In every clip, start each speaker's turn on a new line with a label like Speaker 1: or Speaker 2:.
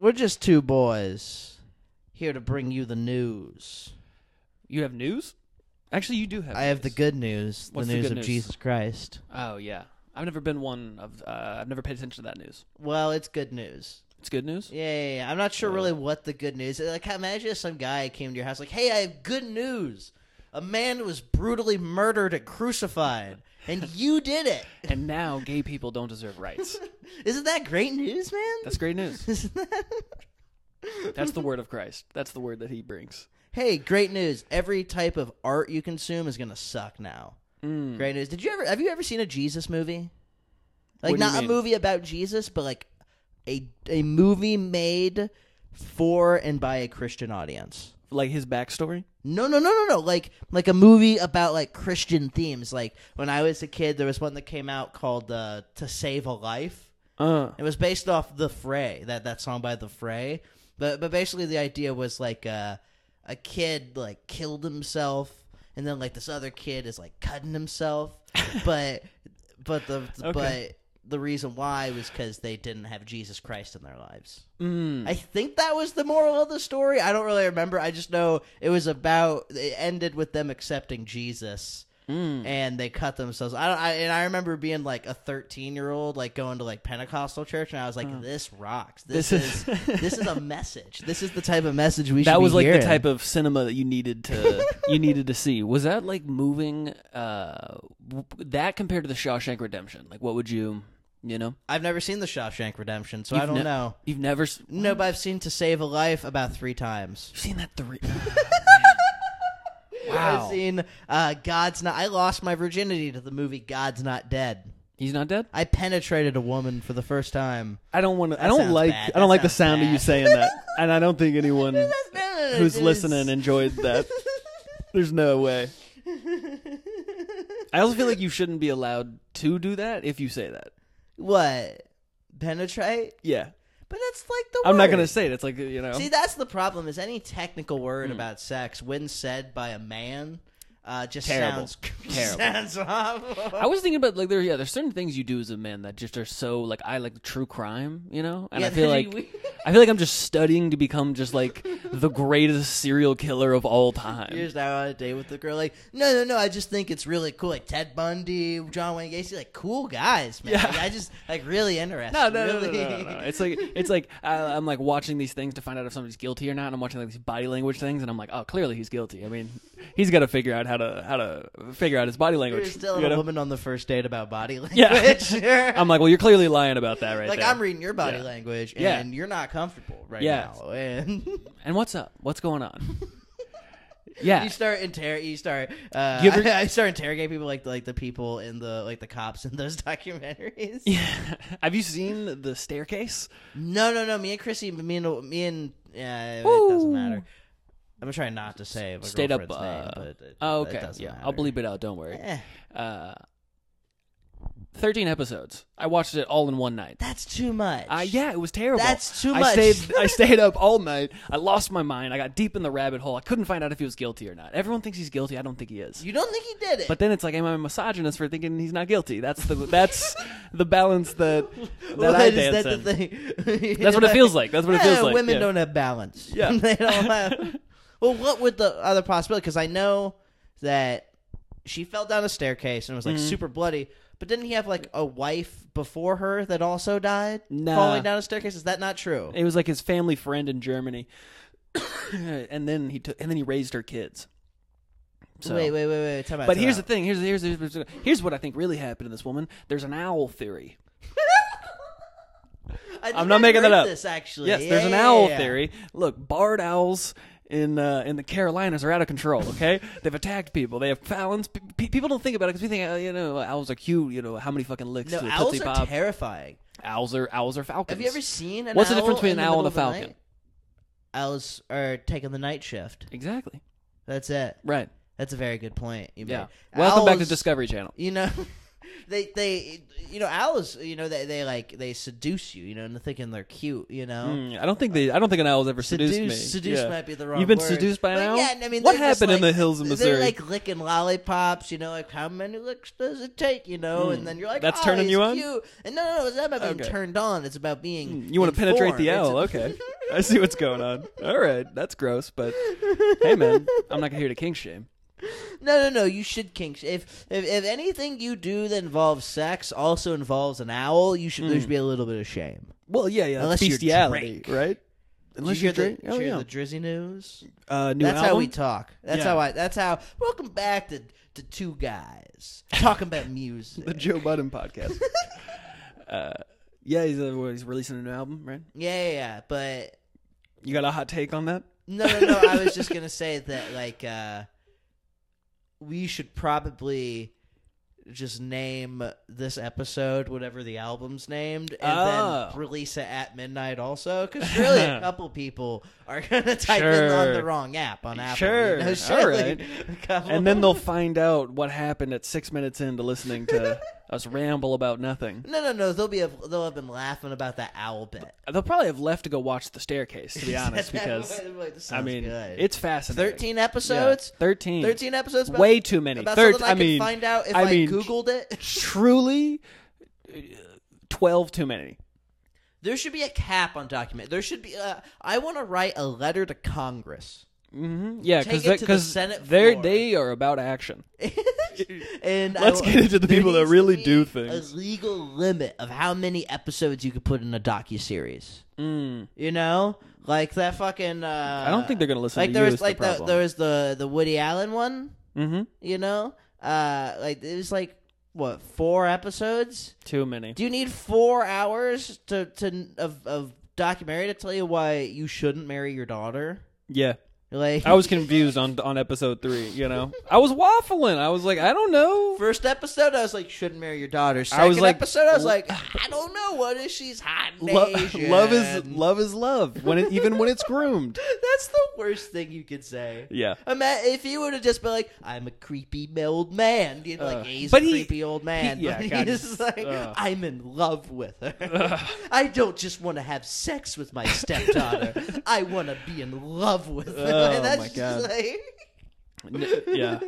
Speaker 1: We're just two boys here to bring you the news.
Speaker 2: You have news? Actually, you do have.
Speaker 1: I have the
Speaker 2: news.
Speaker 1: good news,
Speaker 2: What's
Speaker 1: the
Speaker 2: the
Speaker 1: news
Speaker 2: good
Speaker 1: of
Speaker 2: news?
Speaker 1: Jesus Christ.
Speaker 2: Oh yeah, I've never been one of. Uh, I've never paid attention to that news.
Speaker 1: Well, it's good news.
Speaker 2: It's good news.
Speaker 1: Yeah, yeah, yeah. I'm not sure really what the good news is. Like, imagine if some guy came to your house like, hey, I have good news. A man was brutally murdered and crucified, and you did it.
Speaker 2: And now gay people don't deserve rights.
Speaker 1: Isn't that great news, man?
Speaker 2: That's great news.
Speaker 1: Isn't that...
Speaker 2: That's the word of Christ. That's the word that he brings.
Speaker 1: hey, great news. Every type of art you consume is going to suck now.
Speaker 2: Mm.
Speaker 1: Great news. Did you ever have you ever seen a Jesus movie? Like
Speaker 2: What do you
Speaker 1: not a
Speaker 2: mean?
Speaker 1: movie about Jesus, but like a a movie made for and by a Christian audience.
Speaker 2: Like his backstory.
Speaker 1: No, no, no, no, no. Like like a movie about like Christian themes. Like when I was a kid, there was one that came out called uh, "To Save a Life."
Speaker 2: Uh.
Speaker 1: It was based off the Fray, that that song by the Fray. But but basically the idea was like uh, a kid like killed himself, and then like this other kid is like cutting himself. but but the
Speaker 2: Okay.
Speaker 1: but the reason why was because they didn't have Jesus Christ in their lives.
Speaker 2: Mm.
Speaker 1: I think that was the moral of the story. I don't really remember. I just know it was about it ended with them accepting Jesus.
Speaker 2: Hmm.
Speaker 1: And they cut themselves. I, don't, I and I remember being like a thirteen year old, like going to like Pentecostal church, and I was like, "This rocks. This,
Speaker 2: Hmm. This
Speaker 1: is,
Speaker 2: is-
Speaker 1: this is a message. This is the type of message we should."
Speaker 2: That was
Speaker 1: be
Speaker 2: like the
Speaker 1: hearing.
Speaker 2: type of cinema that you needed to you needed to see. Was that like moving uh w- that compared to the Shawshank Redemption? Like what would you, you know?
Speaker 1: I've never seen the Shawshank Redemption, so I
Speaker 2: You've
Speaker 1: don't
Speaker 2: ne-
Speaker 1: know.
Speaker 2: You've never s-
Speaker 1: No, but I've seen To Save a Life about three times.
Speaker 2: seen that three
Speaker 1: I've
Speaker 2: Wow.
Speaker 1: seen uh, God's Not. I lost my virginity to the movie God's Not Dead.
Speaker 2: He's not dead?
Speaker 1: I penetrated a woman for the first time.
Speaker 2: I don't want to I
Speaker 1: sounds
Speaker 2: don't like
Speaker 1: bad.
Speaker 2: I
Speaker 1: That
Speaker 2: don't like the
Speaker 1: sounds
Speaker 2: sound of you
Speaker 1: bad.
Speaker 2: saying that. And I don't think anyone who's listening enjoyed that. There's no way. I also feel like you shouldn't be allowed to do that if you say that.
Speaker 1: what? Penetrate?
Speaker 2: Yeah.
Speaker 1: But that's like the
Speaker 2: I'm not
Speaker 1: word.
Speaker 2: going to say it. It's like, you know.
Speaker 1: See, that's the problem is any technical word
Speaker 2: Hmm.
Speaker 1: about sex when said by a man uh, just
Speaker 2: Terrible.
Speaker 1: sounds
Speaker 2: Terrible.
Speaker 1: sounds awful.
Speaker 2: I was thinking about like there yeah, there's certain things you do as a man that just are so like I like true crime, you know? And
Speaker 1: Yeah,
Speaker 2: I feel
Speaker 1: that'd
Speaker 2: like
Speaker 1: be weird.
Speaker 2: I feel like I'm just studying to become just like the greatest serial killer of all time.
Speaker 1: Years now on a date with the girl, like, no, no, no. I just think it's really cool. Like Ted Bundy, John Wayne Gacy, like cool guys, man.
Speaker 2: Yeah.
Speaker 1: Like, I just like really interested.
Speaker 2: no, no, no, no,
Speaker 1: really.
Speaker 2: no, no, no. It's like it's like I, I'm like watching these things to find out if somebody's guilty or not. And I'm watching like these body language things, and I'm like, oh, clearly he's guilty. I mean, he's got to figure out how to how to figure out his body language.
Speaker 1: You're still
Speaker 2: you
Speaker 1: a
Speaker 2: know?
Speaker 1: woman on the first date about body
Speaker 2: Yeah.
Speaker 1: language.
Speaker 2: I'm like, well, you're clearly lying about that right
Speaker 1: like
Speaker 2: there.
Speaker 1: I'm reading your body
Speaker 2: Yeah.
Speaker 1: language, and
Speaker 2: Yeah.
Speaker 1: you're not comfortable right
Speaker 2: Yeah.
Speaker 1: now. And
Speaker 2: and what's up? What's going on? yeah,
Speaker 1: you start inter- you start uh,
Speaker 2: You ever-
Speaker 1: I, start interrogating people like like the people in the like the cops in those documentaries.
Speaker 2: Yeah. Have you seen the staircase?
Speaker 1: No, no, no. Me and Chrissy, me and me and yeah, it doesn't
Speaker 2: Woo.
Speaker 1: matter. I'm gonna try not to say my
Speaker 2: Stayed up.
Speaker 1: girlfriend's
Speaker 2: uh,
Speaker 1: name, but it,
Speaker 2: oh,
Speaker 1: it
Speaker 2: okay.
Speaker 1: doesn't
Speaker 2: Yeah,
Speaker 1: matter.
Speaker 2: I'll bleep it out. Don't worry.
Speaker 1: Eh,
Speaker 2: Uh, Thirteen episodes. I watched it all in one night.
Speaker 1: that's too much.
Speaker 2: Uh, yeah, it was terrible.
Speaker 1: That's too
Speaker 2: I
Speaker 1: much.
Speaker 2: stayed, I stayed up all night. I lost my mind. I got deep in the rabbit hole. I couldn't find out if he was guilty or not. Everyone thinks he's guilty. I don't think he is.
Speaker 1: you don't think he did it?
Speaker 2: But then it's like, am I a misogynist for thinking he's not guilty? That's the that's the balance that that
Speaker 1: What
Speaker 2: I
Speaker 1: is
Speaker 2: dance
Speaker 1: that
Speaker 2: in.
Speaker 1: the thing?
Speaker 2: That's what it feels like. That's what it
Speaker 1: Yeah,
Speaker 2: feels like.
Speaker 1: Women
Speaker 2: Yeah.
Speaker 1: don't have balance.
Speaker 2: Yeah.
Speaker 1: they don't have. well, what would the other possibility? Because I know that she fell down a staircase and was
Speaker 2: Mm-hmm.
Speaker 1: like super bloody. But didn't he have like a wife before her that also died
Speaker 2: Nah.
Speaker 1: falling down a staircase? Is that not true?
Speaker 2: It was like his family friend in Germany, and then he took, and then he raised her kids. So.
Speaker 1: Wait, wait, wait, wait. Time out,
Speaker 2: But
Speaker 1: time
Speaker 2: here's the
Speaker 1: out.
Speaker 2: thing. Here's here's here's here's what I think really happened to this woman. There's an owl theory.
Speaker 1: I think
Speaker 2: I'm not
Speaker 1: I've
Speaker 2: making that
Speaker 1: heard
Speaker 2: up.
Speaker 1: This actually,
Speaker 2: Yes, there's an
Speaker 1: Yeah,
Speaker 2: owl
Speaker 1: yeah, yeah.
Speaker 2: theory. Look, barred owls in uh, in the Carolinas are out of control. Okay, they've attacked people. They have fallons. P- pe- people don't think about it because we think uh, you know owls are cute. You know how many fucking licks
Speaker 1: No,
Speaker 2: to a
Speaker 1: owls
Speaker 2: Tootsie
Speaker 1: are
Speaker 2: Pop.
Speaker 1: terrifying.
Speaker 2: owls are owls are falcons.
Speaker 1: Have you ever seen an
Speaker 2: What's the
Speaker 1: owl
Speaker 2: difference between
Speaker 1: in
Speaker 2: an owl
Speaker 1: middle
Speaker 2: and a
Speaker 1: of the
Speaker 2: falcon?
Speaker 1: night? Owls are taking the night shift.
Speaker 2: Exactly.
Speaker 1: That's it.
Speaker 2: Right.
Speaker 1: That's a very good point. You
Speaker 2: Yeah.
Speaker 1: made.
Speaker 2: Welcome back to
Speaker 1: Owls-
Speaker 2: Discovery Channel.
Speaker 1: You know, they they you know owls you know they they like they seduce you you know and thinking they're cute you know.
Speaker 2: Mm, I don't think they. I don't think an owl's ever seduced me.
Speaker 1: Seduce, seduce
Speaker 2: Yeah.
Speaker 1: might be the wrong.
Speaker 2: You've been
Speaker 1: word.
Speaker 2: seduced by an
Speaker 1: But
Speaker 2: owl.
Speaker 1: Yeah, I mean,
Speaker 2: what
Speaker 1: they're just,
Speaker 2: happened in
Speaker 1: like-
Speaker 2: the hills of Missouri?
Speaker 1: They're like licking lollipops, you know, like how many licks does it take, you know? And then you're like,
Speaker 2: Hmm. That's
Speaker 1: "Oh,
Speaker 2: turning
Speaker 1: he's
Speaker 2: you on?"
Speaker 1: cute. And no, no, no, it's not about being
Speaker 2: Okay. Hmm.
Speaker 1: turned on. It's about being
Speaker 2: Mm, you want to penetrate the
Speaker 1: informed.
Speaker 2: owl?
Speaker 1: It's-
Speaker 2: Okay, I see what's going on. All right, that's gross, but hey, man, I'm not here to kink shame.
Speaker 1: No, no, no. You should kink. sh- If if, if anything you do that involves sex also involves an owl, you should
Speaker 2: Hmm.
Speaker 1: there should be a little bit of shame.
Speaker 2: Well, yeah, yeah,
Speaker 1: Unless
Speaker 2: that's
Speaker 1: you're
Speaker 2: bestiality,
Speaker 1: Drake.
Speaker 2: right?
Speaker 1: Did
Speaker 2: Unless
Speaker 1: you hear
Speaker 2: drink.
Speaker 1: the,
Speaker 2: oh
Speaker 1: did you hear
Speaker 2: yeah,
Speaker 1: the Drizzy news?
Speaker 2: uh, new
Speaker 1: That's
Speaker 2: album.
Speaker 1: how we talk. That's
Speaker 2: Yeah.
Speaker 1: how I. That's how. Welcome back to to two guys talking about music.
Speaker 2: the Joe Budden podcast. uh, yeah, he's uh, what, he's releasing a new album, right?
Speaker 1: yeah, yeah, yeah. But
Speaker 2: You got a hot take on that?
Speaker 1: No, no, no. I was just gonna say that like uh we should probably just name this episode whatever the album's named and
Speaker 2: Oh.
Speaker 1: then release it at midnight also because really a couple people are gonna type in on
Speaker 2: Sure.
Speaker 1: the wrong app on apple
Speaker 2: Sure.
Speaker 1: you know,
Speaker 2: All
Speaker 1: surely
Speaker 2: right.
Speaker 1: a couple-
Speaker 2: And then they'll find out what happened at six minutes into listening to us ramble about nothing.
Speaker 1: no no no they'll be they'll have been laughing about that owl bit
Speaker 2: They'll probably have left to go watch the staircase, to be honest, because
Speaker 1: Like, this
Speaker 2: I
Speaker 1: sounds
Speaker 2: mean
Speaker 1: good.
Speaker 2: it's fascinating.
Speaker 1: 13
Speaker 2: Yeah,
Speaker 1: episodes
Speaker 2: 13.
Speaker 1: 13 episodes about-
Speaker 2: Way too many.
Speaker 1: about
Speaker 2: Thir-
Speaker 1: something I,
Speaker 2: I mean,
Speaker 1: could find out if
Speaker 2: I
Speaker 1: I,
Speaker 2: mean,
Speaker 1: googled it
Speaker 2: truly, uh, twelve too many.
Speaker 1: There should be a cap on document. There should be. Uh, I want to write a letter to Congress,
Speaker 2: hmm Yeah,
Speaker 1: Take
Speaker 2: because
Speaker 1: it to the Senate
Speaker 2: they
Speaker 1: floor.
Speaker 2: they are about action.
Speaker 1: and I
Speaker 2: Let's
Speaker 1: wa-
Speaker 2: get into the
Speaker 1: there
Speaker 2: people that
Speaker 1: needs to
Speaker 2: really
Speaker 1: be
Speaker 2: do things.
Speaker 1: A legal limit of how many episodes you could put in a docu series.
Speaker 2: Mm.
Speaker 1: You know, like that fucking. Uh,
Speaker 2: I don't think they're gonna listen
Speaker 1: like
Speaker 2: to
Speaker 1: there
Speaker 2: you
Speaker 1: was
Speaker 2: is the
Speaker 1: like
Speaker 2: problem.
Speaker 1: there was the the Woody Allen one.
Speaker 2: Mm-hmm.
Speaker 1: You know, uh, like it was like what four episodes.
Speaker 2: Too many.
Speaker 1: Do you need four hours to to of of documentary to tell you why you shouldn't marry your daughter?
Speaker 2: Yeah.
Speaker 1: Like
Speaker 2: I was confused on on episode three. You know, I was waffling. I was like, I don't know.
Speaker 1: First episode, I was like, "Shouldn't marry your daughter." Second
Speaker 2: I was like-
Speaker 1: episode, I was like, "I don't know what is she's hot and
Speaker 2: Lo-
Speaker 1: Asian."
Speaker 2: love is love is love when it, even when it's groomed.
Speaker 1: That's the worst thing you could say.
Speaker 2: Yeah.
Speaker 1: Ima- if he would have just been like, "I'm a creepy old man," you know,
Speaker 2: Uh,
Speaker 1: like he's
Speaker 2: but
Speaker 1: a
Speaker 2: he-
Speaker 1: creepy old man,
Speaker 2: he- yeah, Uh.
Speaker 1: but
Speaker 2: God.
Speaker 1: he's like,
Speaker 2: Ugh.
Speaker 1: "I'm in love with her. I don't just want to have sex with my stepdaughter. I want to be in love with her."
Speaker 2: Oh,
Speaker 1: And that's
Speaker 2: my
Speaker 1: just
Speaker 2: God.
Speaker 1: like-
Speaker 2: N- yeah.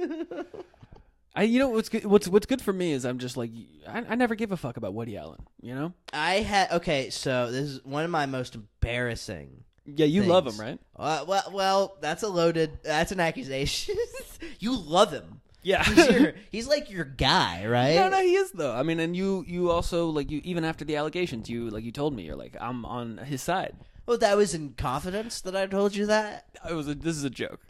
Speaker 2: I you know what's good what's what's good for me is I'm just like I, I never give a fuck about Woody Allen. You know.
Speaker 1: I had okay, so this is one of my most embarrassing
Speaker 2: Yeah, you love him,
Speaker 1: things.
Speaker 2: right?
Speaker 1: Uh, well, well, that's a loaded. That's an accusation. you love him.
Speaker 2: Yeah.
Speaker 1: He's, your, he's like your guy, right?
Speaker 2: No, no, he is though. I mean, and you, you also like you even after the allegations, you like you told me you're like I'm on his side.
Speaker 1: Well, that was in confidence that I told you that.
Speaker 2: I was a, this is a joke.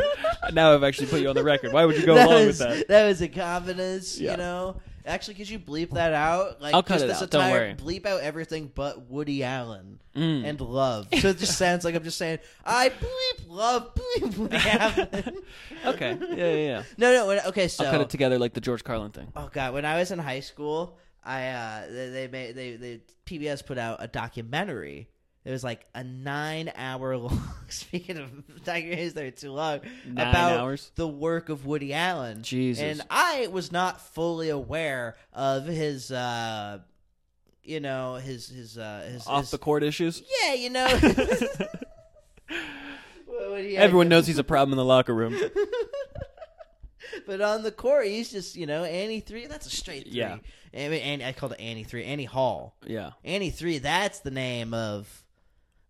Speaker 2: now I've actually put you on the record. Why would you go
Speaker 1: that
Speaker 2: along
Speaker 1: was,
Speaker 2: with that?
Speaker 1: was in confidence.
Speaker 2: Yeah.
Speaker 1: You know. Actually, could you bleep that out? Like,
Speaker 2: I'll cut
Speaker 1: just
Speaker 2: it
Speaker 1: this
Speaker 2: out, don't
Speaker 1: entire-
Speaker 2: worry. Mm.
Speaker 1: Bleep out everything but Woody Allen and love. So it just sounds like I'm just saying, I bleep love bleep Woody Allen.
Speaker 2: Okay. Yeah, yeah. yeah.
Speaker 1: no, no. when- Okay, so
Speaker 2: I'll cut it together like the George Carlin thing.
Speaker 1: Oh god, when I was in high school, I uh they they made, they, they PBS put out a documentary. It was like a nine hour long. Speaking of documentaries that are too long,
Speaker 2: Nine
Speaker 1: about
Speaker 2: hours?
Speaker 1: the work of Woody Allen.
Speaker 2: Jesus.
Speaker 1: and I was not fully aware of his, uh you know, his his uh his
Speaker 2: Off
Speaker 1: his-
Speaker 2: the court issues.
Speaker 1: yeah, you know. What he had
Speaker 2: Everyone knows he's a problem in the locker room.
Speaker 1: But on the court, he's just you know Annie three. That's a straight three.
Speaker 2: Yeah.
Speaker 1: I mean, Annie, I called it Annie three. Annie Hall.
Speaker 2: Yeah.
Speaker 1: Annie three. That's the name of,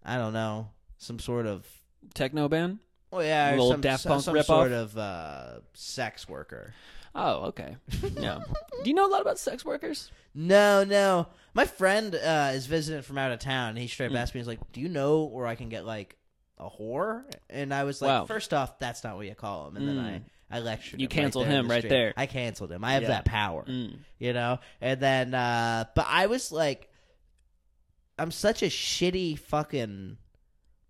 Speaker 1: I don't know, some sort of.
Speaker 2: Techno ban.
Speaker 1: Oh yeah, or
Speaker 2: Little
Speaker 1: some,
Speaker 2: Daft
Speaker 1: some,
Speaker 2: Punk
Speaker 1: some
Speaker 2: ripoff?
Speaker 1: sort of uh, sex worker.
Speaker 2: Oh, okay. Yeah. Do you know a lot about sex workers?
Speaker 1: No, no. My friend uh, is visiting from out of town. And he straight
Speaker 2: Hmm.
Speaker 1: up asked me, he's like, "Do you know where I can get like a whore?" And I was like,
Speaker 2: Wow. Hmm.
Speaker 1: first off, that's not what you call him." And then I, I lectured.
Speaker 2: You
Speaker 1: him right
Speaker 2: canceled
Speaker 1: there in
Speaker 2: him
Speaker 1: the
Speaker 2: right
Speaker 1: street.
Speaker 2: there.
Speaker 1: I canceled him. I have
Speaker 2: Yeah.
Speaker 1: that power,
Speaker 2: Mm.
Speaker 1: you know. And then, uh, but I was like, I'm such a shitty fucking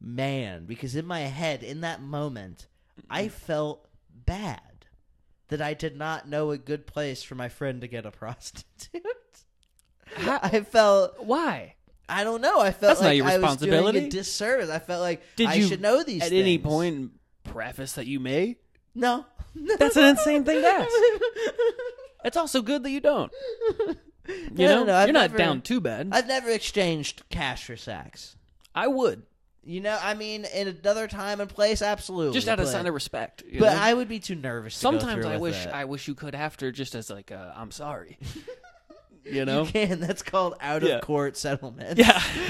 Speaker 1: man because in my head, in that moment, I felt bad that I did not know a good place for my friend to get a prostitute. I felt
Speaker 2: Why?
Speaker 1: I don't know. I felt
Speaker 2: That's not
Speaker 1: like
Speaker 2: your
Speaker 1: I was doing
Speaker 2: responsibility.
Speaker 1: a disservice. I felt like
Speaker 2: Did
Speaker 1: I
Speaker 2: you
Speaker 1: should know these
Speaker 2: At any
Speaker 1: things.
Speaker 2: point, preface that you may.
Speaker 1: No, No.
Speaker 2: That's an insane thing to ask. It's also good that you don't. You
Speaker 1: No,
Speaker 2: know,
Speaker 1: no, no, I've
Speaker 2: you're
Speaker 1: never-
Speaker 2: not down too bad. I,
Speaker 1: I've never exchanged cash for sacks.
Speaker 2: would
Speaker 1: You know, I mean, in another time and place, absolutely.
Speaker 2: just out of
Speaker 1: but-
Speaker 2: sign of respect. you
Speaker 1: But
Speaker 2: know?
Speaker 1: I would be too nervous. To go
Speaker 2: sometimes
Speaker 1: through
Speaker 2: I
Speaker 1: with
Speaker 2: wish
Speaker 1: it.
Speaker 2: I wish you could after just as like uh, I'm sorry. you know?
Speaker 1: can. That's called out
Speaker 2: Yeah.
Speaker 1: of court settlement.
Speaker 2: Yeah.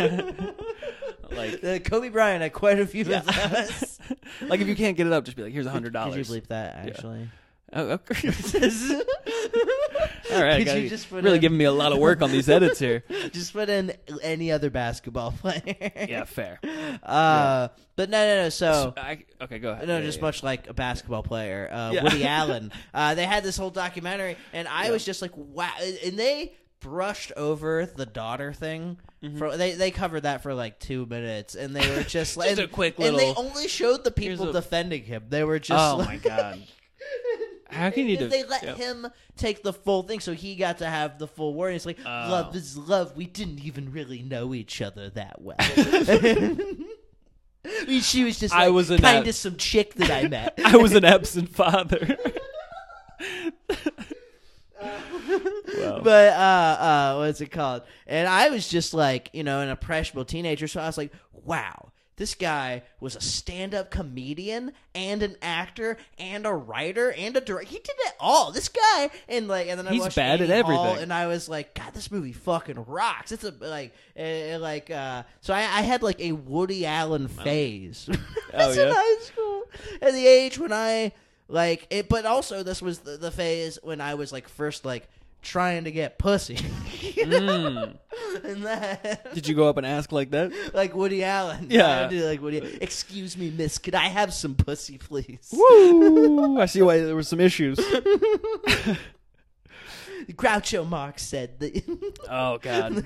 Speaker 2: like
Speaker 1: Uh, Kobe Bryant had quite a few of those.
Speaker 2: like if you can't get it up, just be like, here's a hundred
Speaker 1: Could you
Speaker 2: dollars.
Speaker 1: bleep that actually?
Speaker 2: Oh, okay. All right,
Speaker 1: Could
Speaker 2: guys,
Speaker 1: you just put
Speaker 2: really
Speaker 1: in-
Speaker 2: giving me a lot of work on these edits here.
Speaker 1: Just put in any other basketball player.
Speaker 2: Yeah, fair.
Speaker 1: Uh, But no, no, no.
Speaker 2: Oh.
Speaker 1: So
Speaker 2: I, okay, go ahead.
Speaker 1: No,
Speaker 2: Yeah,
Speaker 1: just
Speaker 2: yeah.
Speaker 1: much like a basketball player, uh,
Speaker 2: Yeah.
Speaker 1: Woody Allen. Uh, they had this whole documentary, and I was just like, wow. And they brushed over the daughter thing.
Speaker 2: Mm-hmm.
Speaker 1: For they they covered that for like two minutes, and they were just like
Speaker 2: Just a quick
Speaker 1: and- And they
Speaker 2: little-
Speaker 1: only showed the people
Speaker 2: a-
Speaker 1: defending him. They were just
Speaker 2: Oh
Speaker 1: like,
Speaker 2: my god. How can you?
Speaker 1: and they
Speaker 2: def-
Speaker 1: let
Speaker 2: yeah.
Speaker 1: him take the full thing, so he got to have the full word. It's like
Speaker 2: Oh.
Speaker 1: love is love. We didn't even really know each other that well. I mean, she was just
Speaker 2: I
Speaker 1: like,
Speaker 2: was in
Speaker 1: kind
Speaker 2: that-
Speaker 1: of some chick that I met.
Speaker 2: I was an absent father. Wow.
Speaker 1: But uh, uh, what's it called? And I was just like, you know, an impressionable teenager. So I was like, wow, this guy was a stand-up comedian and an actor and a writer and a director. He did it all. This guy and like, and then I
Speaker 2: He's
Speaker 1: watched
Speaker 2: bad at
Speaker 1: Annie Hall,
Speaker 2: everything.
Speaker 1: And I was like, God, this movie fucking rocks. It's a like, eh, like. Uh, so I, I had like a Woody Allen phase. I was
Speaker 2: Oh,
Speaker 1: in
Speaker 2: yeah?
Speaker 1: high school at the age when I like it, but also this was the, the phase when I was like first like trying to get pussy, you
Speaker 2: Mm.
Speaker 1: know? and that
Speaker 2: Did you go up and ask like that?
Speaker 1: like Woody Allen. I
Speaker 2: Yeah.
Speaker 1: did, like Woody. Excuse me, Miss, could I have some pussy, please?
Speaker 2: Woo! I see why there were some issues.
Speaker 1: Groucho Marx said the.
Speaker 2: Oh god.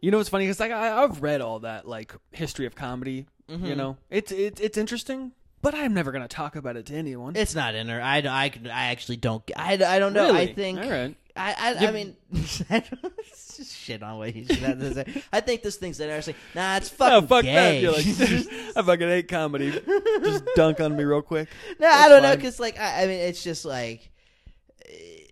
Speaker 2: You know what's funny? Because like I, I've read all that like history of comedy.
Speaker 1: Mm-hmm.
Speaker 2: You know, it's it's it's interesting, but I'm never gonna talk about it to anyone.
Speaker 1: It's not in her. I, I, I actually don't. I, I don't know. I
Speaker 2: Really?
Speaker 1: think.
Speaker 2: All right.
Speaker 1: I, I, I mean, it's just shit on what he's about to say. I think this thing's interesting. Nah, it's
Speaker 2: Oh,
Speaker 1: fucking
Speaker 2: fuck
Speaker 1: gay.
Speaker 2: that! You're like, I fucking hate comedy. Just dunk on me real quick.
Speaker 1: no, I don't know, 'cause know,
Speaker 2: fine.
Speaker 1: because like I, I mean, it's just like eh,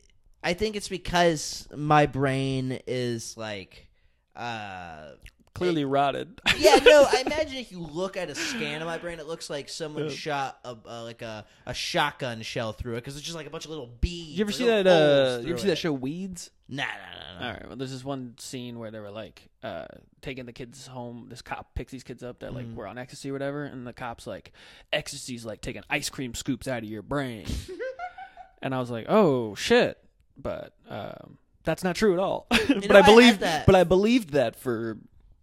Speaker 1: I think it's because my brain is like, uh,
Speaker 2: Clearly rotted.
Speaker 1: yeah, no. I imagine if you look at a scan of my brain, it looks like someone shot a, uh, like a, a shotgun shell through it because it's just like a bunch of little beads.
Speaker 2: You ever
Speaker 1: like
Speaker 2: see
Speaker 1: little
Speaker 2: that? Uh,
Speaker 1: holes
Speaker 2: you
Speaker 1: through
Speaker 2: ever see that
Speaker 1: it.
Speaker 2: show Weeds?
Speaker 1: Nah, nah, nah, nah.
Speaker 2: All right. Well, there's this one scene where they were like uh, taking the kids home. This cop picks these kids up that
Speaker 1: Mm-hmm.
Speaker 2: like were on ecstasy or whatever, and the cops like ecstasy's like taking ice cream scoops out of your brain. and I was like, oh shit, but um, that's not true at all. but
Speaker 1: know, I
Speaker 2: I
Speaker 1: had
Speaker 2: believed
Speaker 1: that.
Speaker 2: But I believed that for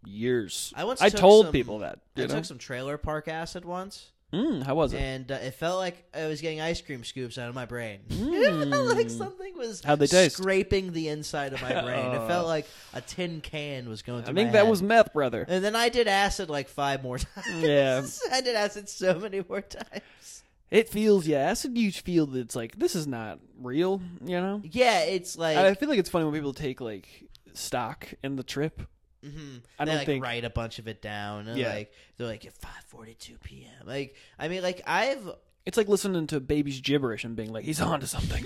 Speaker 2: years.
Speaker 1: I once
Speaker 2: I
Speaker 1: took
Speaker 2: told
Speaker 1: some-
Speaker 2: people that.
Speaker 1: I
Speaker 2: You know?
Speaker 1: took some trailer park acid once,
Speaker 2: mm, how was it?
Speaker 1: and uh, it felt like I was getting ice cream scoops out of my brain. it felt like something was
Speaker 2: Hmm. How'd they taste?
Speaker 1: scraping the inside of my brain. It
Speaker 2: Oh.
Speaker 1: felt like a tin can was going
Speaker 2: I
Speaker 1: through.
Speaker 2: think
Speaker 1: my
Speaker 2: that
Speaker 1: head.
Speaker 2: was meth, brother.
Speaker 1: And then I did acid like five more times.
Speaker 2: Yeah.
Speaker 1: I did acid so many more times.
Speaker 2: It feels yeah. Acid, you feel that it's like this is not real. You know.
Speaker 1: Yeah, it's like
Speaker 2: I feel like it's funny when people take like stock in the trip.
Speaker 1: mhm.
Speaker 2: I
Speaker 1: they
Speaker 2: don't
Speaker 1: like
Speaker 2: think-
Speaker 1: write a bunch of it down. And,
Speaker 2: Yeah.
Speaker 1: like they're like at five forty two p.m. Like I mean, like I've
Speaker 2: It's like listening to baby's gibberish and being like, "He's on to something."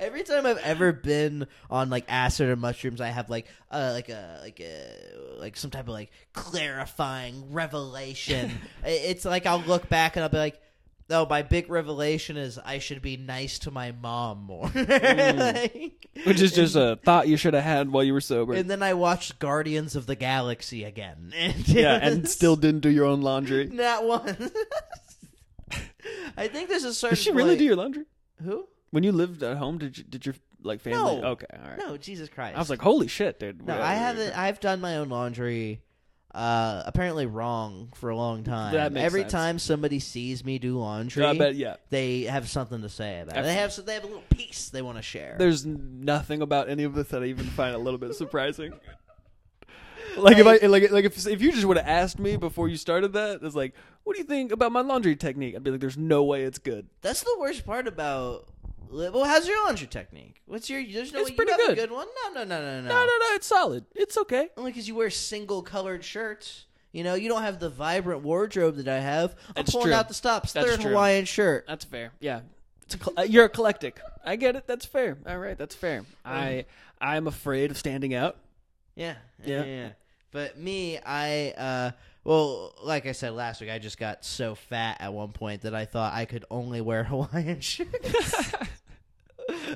Speaker 1: Every time I've ever been on like acid or mushrooms, I have like uh, like a like a like some type of like clarifying revelation. I- it's like I'll look back and I'll be like, "Oh, my big revelation is I should be nice to my mom more." Like-
Speaker 2: Which is just a thought you should have had while you were sober.
Speaker 1: and then I watched Guardians of the Galaxy again. And
Speaker 2: yeah,
Speaker 1: it
Speaker 2: and
Speaker 1: was
Speaker 2: still didn't do your own laundry.
Speaker 1: not one. I think there's a certain.
Speaker 2: Did she really
Speaker 1: point-
Speaker 2: do your laundry
Speaker 1: who?
Speaker 2: when you lived at home? Did you, did your like family?
Speaker 1: No.
Speaker 2: Okay, all right.
Speaker 1: No, Jesus Christ!
Speaker 2: I was like, "Holy shit, dude!"
Speaker 1: No, I haven't. I've done my own laundry. Uh, apparently wrong for a long time.
Speaker 2: That makes
Speaker 1: Every
Speaker 2: sense.
Speaker 1: time somebody sees me do laundry,
Speaker 2: I bet yeah.
Speaker 1: they have something to say about it. They
Speaker 2: Absolutely.
Speaker 1: have so they have a little piece they want to share.
Speaker 2: There's nothing about any of this that I even find a little bit surprising. Like if I like like if if you just would have asked me before you started that, it's like, what do you think about my laundry technique? I'd be like, there's no way it's good.
Speaker 1: That's the worst part about. Well, how's your laundry technique? What's your? There's no.
Speaker 2: It's
Speaker 1: you
Speaker 2: pretty
Speaker 1: have a
Speaker 2: good.
Speaker 1: good one. No, no, no, no,
Speaker 2: No, no, no, it's solid. It's okay.
Speaker 1: Only because you wear single colored shirts. You know, you don't have the vibrant wardrobe that I have. I'm
Speaker 2: That's
Speaker 1: pulling
Speaker 2: true.
Speaker 1: out the stops.
Speaker 2: That's
Speaker 1: third
Speaker 2: true.
Speaker 1: Hawaiian shirt.
Speaker 2: That's fair. Yeah, It's a col- uh, you're eclectic. I get it. That's fair. All right, that's fair. I I'm afraid of standing out.
Speaker 1: Yeah,
Speaker 2: Yeah.
Speaker 1: yeah, yeah. But me, I uh, well, like I said last week, I just got so fat at one point that I thought I could only wear Hawaiian shirts.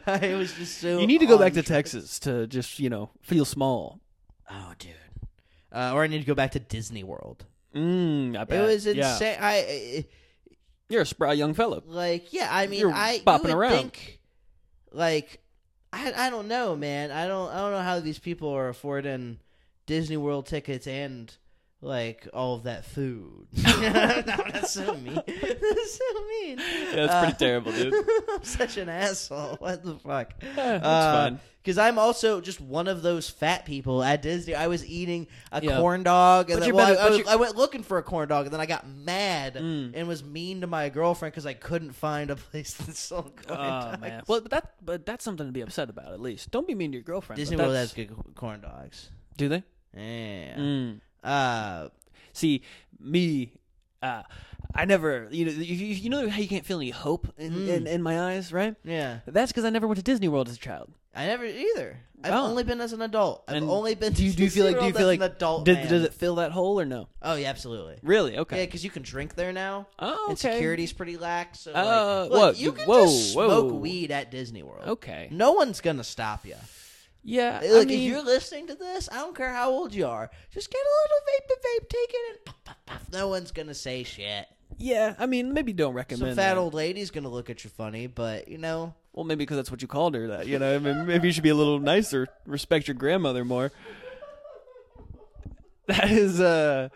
Speaker 1: I was just so.
Speaker 2: You need to go back
Speaker 1: on
Speaker 2: to
Speaker 1: track.
Speaker 2: Texas to just you know feel small.
Speaker 1: Oh, dude. Uh, or I need to go back to Disney World.
Speaker 2: Mm, I
Speaker 1: It
Speaker 2: bet.
Speaker 1: was
Speaker 2: Yeah.
Speaker 1: insane. I
Speaker 2: You're a spry young fellow.
Speaker 1: like, yeah. I mean,
Speaker 2: You're
Speaker 1: I
Speaker 2: bopping
Speaker 1: you would
Speaker 2: around.
Speaker 1: Think, like, I I don't know, man. I don't I don't know how these people are affording Disney World tickets and like all of that food. no, that's so mean. That's so mean. Uh,
Speaker 2: Yeah, that's pretty terrible, dude. Eh,
Speaker 1: I'm such an asshole. What the fuck?
Speaker 2: that's fine.
Speaker 1: Because I'm also just one of those fat people at Disney. I was eating a
Speaker 2: Yeah.
Speaker 1: corn dog, and
Speaker 2: But
Speaker 1: then,
Speaker 2: you're
Speaker 1: well, I,
Speaker 2: better-
Speaker 1: I
Speaker 2: but
Speaker 1: was-
Speaker 2: you're-
Speaker 1: I went looking for a corn dog, and then I got mad
Speaker 2: Mm.
Speaker 1: and was mean to my girlfriend because I couldn't find a place that sold corn
Speaker 2: Oh
Speaker 1: dogs.
Speaker 2: man. Well, but that but that's something to be upset about. At least don't be mean to your girlfriend. but
Speaker 1: Disney World
Speaker 2: that's-
Speaker 1: has good corn dogs.
Speaker 2: Do they?
Speaker 1: Yeah.
Speaker 2: Mm.
Speaker 1: Uh,
Speaker 2: See me. Uh, I never, you know, you, you you know how you can't feel any hope in,
Speaker 1: Mm.
Speaker 2: in, in my eyes, right?
Speaker 1: yeah.
Speaker 2: That's because I never went to Disney World as a child.
Speaker 1: I never either. I've
Speaker 2: Oh.
Speaker 1: only been as an adult. I've
Speaker 2: And
Speaker 1: only been.
Speaker 2: Do you,
Speaker 1: to
Speaker 2: do you feel
Speaker 1: Disney
Speaker 2: like do you
Speaker 1: World
Speaker 2: feel
Speaker 1: as
Speaker 2: like
Speaker 1: an adult?
Speaker 2: did-
Speaker 1: man.
Speaker 2: does it fill that hole or no?
Speaker 1: Oh yeah, absolutely.
Speaker 2: Really?
Speaker 1: Yeah,
Speaker 2: Okay.
Speaker 1: because you can drink there now.
Speaker 2: oh,
Speaker 1: and
Speaker 2: okay.
Speaker 1: security's pretty lax. So like,
Speaker 2: Uh,
Speaker 1: look,
Speaker 2: what?
Speaker 1: you can
Speaker 2: Whoa,
Speaker 1: just
Speaker 2: whoa.
Speaker 1: smoke weed at Disney World.
Speaker 2: Okay.
Speaker 1: No one's gonna stop you.
Speaker 2: Yeah. I
Speaker 1: Like if
Speaker 2: mean-
Speaker 1: you're listening to this, I don't care how old you are. Just get a little vape vape taken and puff, puff, puff. no one's gonna say shit.
Speaker 2: Yeah, I mean, maybe don't recommend.
Speaker 1: Some fat
Speaker 2: that.
Speaker 1: old lady's gonna look at you funny, but you know,
Speaker 2: Well, maybe because that's what you called her. That you know, I mean, maybe you should be a little nicer, respect your grandmother more. That is, uh,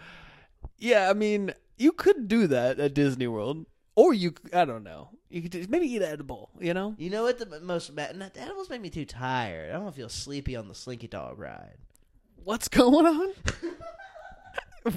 Speaker 2: yeah. I mean, you could do that at Disney World, or you, c- I don't know, you could just maybe eat an edible. You know,
Speaker 1: you know what the m- most ma- not, the edibles make me too tired. I don't feel sleepy on the Slinky Dog ride.
Speaker 2: what's going on?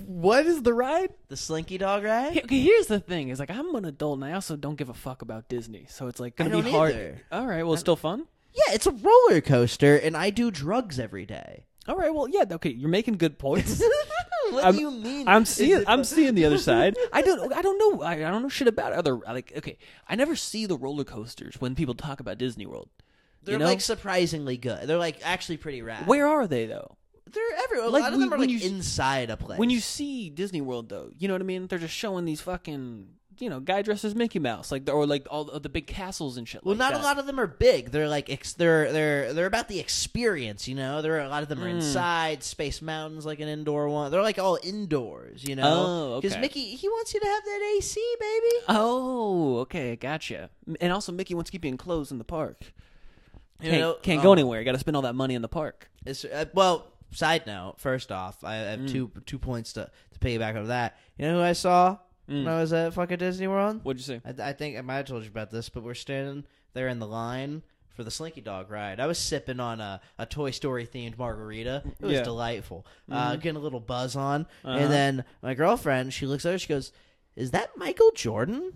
Speaker 2: what is the ride?
Speaker 1: The Slinky Dog ride.
Speaker 2: Okay, here's the thing: is like I'm an adult, and I also don't give a fuck about Disney, so it's like gonna
Speaker 1: I
Speaker 2: be
Speaker 1: don't
Speaker 2: hard.
Speaker 1: either.
Speaker 2: All right, well, it's still fun.
Speaker 1: Yeah, it's a roller coaster, and I do drugs every day.
Speaker 2: All right, well, yeah, okay, you're making good points.
Speaker 1: what
Speaker 2: I'm-
Speaker 1: do you mean?
Speaker 2: I'm
Speaker 1: Is
Speaker 2: seeing.
Speaker 1: it
Speaker 2: I'm
Speaker 1: fun?
Speaker 2: seeing the other side. I don't. I don't know. I, I don't know shit about other. Like, okay, I never see the roller coasters when people talk about Disney World.
Speaker 1: They're
Speaker 2: you know?
Speaker 1: like surprisingly good. They're like actually pretty rad.
Speaker 2: Where are they though?
Speaker 1: they're everywhere. A
Speaker 2: Like,
Speaker 1: lot of
Speaker 2: when-
Speaker 1: them are
Speaker 2: when
Speaker 1: like
Speaker 2: you-
Speaker 1: inside a place.
Speaker 2: When you see Disney World though, you know what I mean. They're just showing these fucking. You know, guy dressed as Mickey Mouse, like or like all of the big castles and shit.
Speaker 1: well,
Speaker 2: like
Speaker 1: not
Speaker 2: that.
Speaker 1: a lot of them are big. They're like ex- they're they're they're about the experience. You know, there are a lot of them are
Speaker 2: Hmm.
Speaker 1: inside. Space Mountains like an indoor one. They're like all indoors. You know,
Speaker 2: Oh, okay.
Speaker 1: Mickey he wants you to have that AC, baby.
Speaker 2: Oh, okay, gotcha. And also, Mickey wants to keep you enclosed in the park. uh,
Speaker 1: You
Speaker 2: Can't,
Speaker 1: know,
Speaker 2: can't
Speaker 1: oh,
Speaker 2: go anywhere. Got to spend all that money in the park.
Speaker 1: it's- uh, well, side note. First off, I
Speaker 2: Hmm.
Speaker 1: have two two points to to pay you back on that. You know who I saw
Speaker 2: Hmm.
Speaker 1: when I was at fucking Disney World?
Speaker 2: What'd you say?
Speaker 1: I, I think I might have told you about this, but we're standing there in the line for the Slinky Dog ride. I was sipping on a, a Toy Story themed margarita. It was
Speaker 2: Yeah. Mm-hmm. Uh-huh.
Speaker 1: delightful. Uh, getting a little buzz on. And then my girlfriend, she looks over, she goes, Is that Michael Jordan?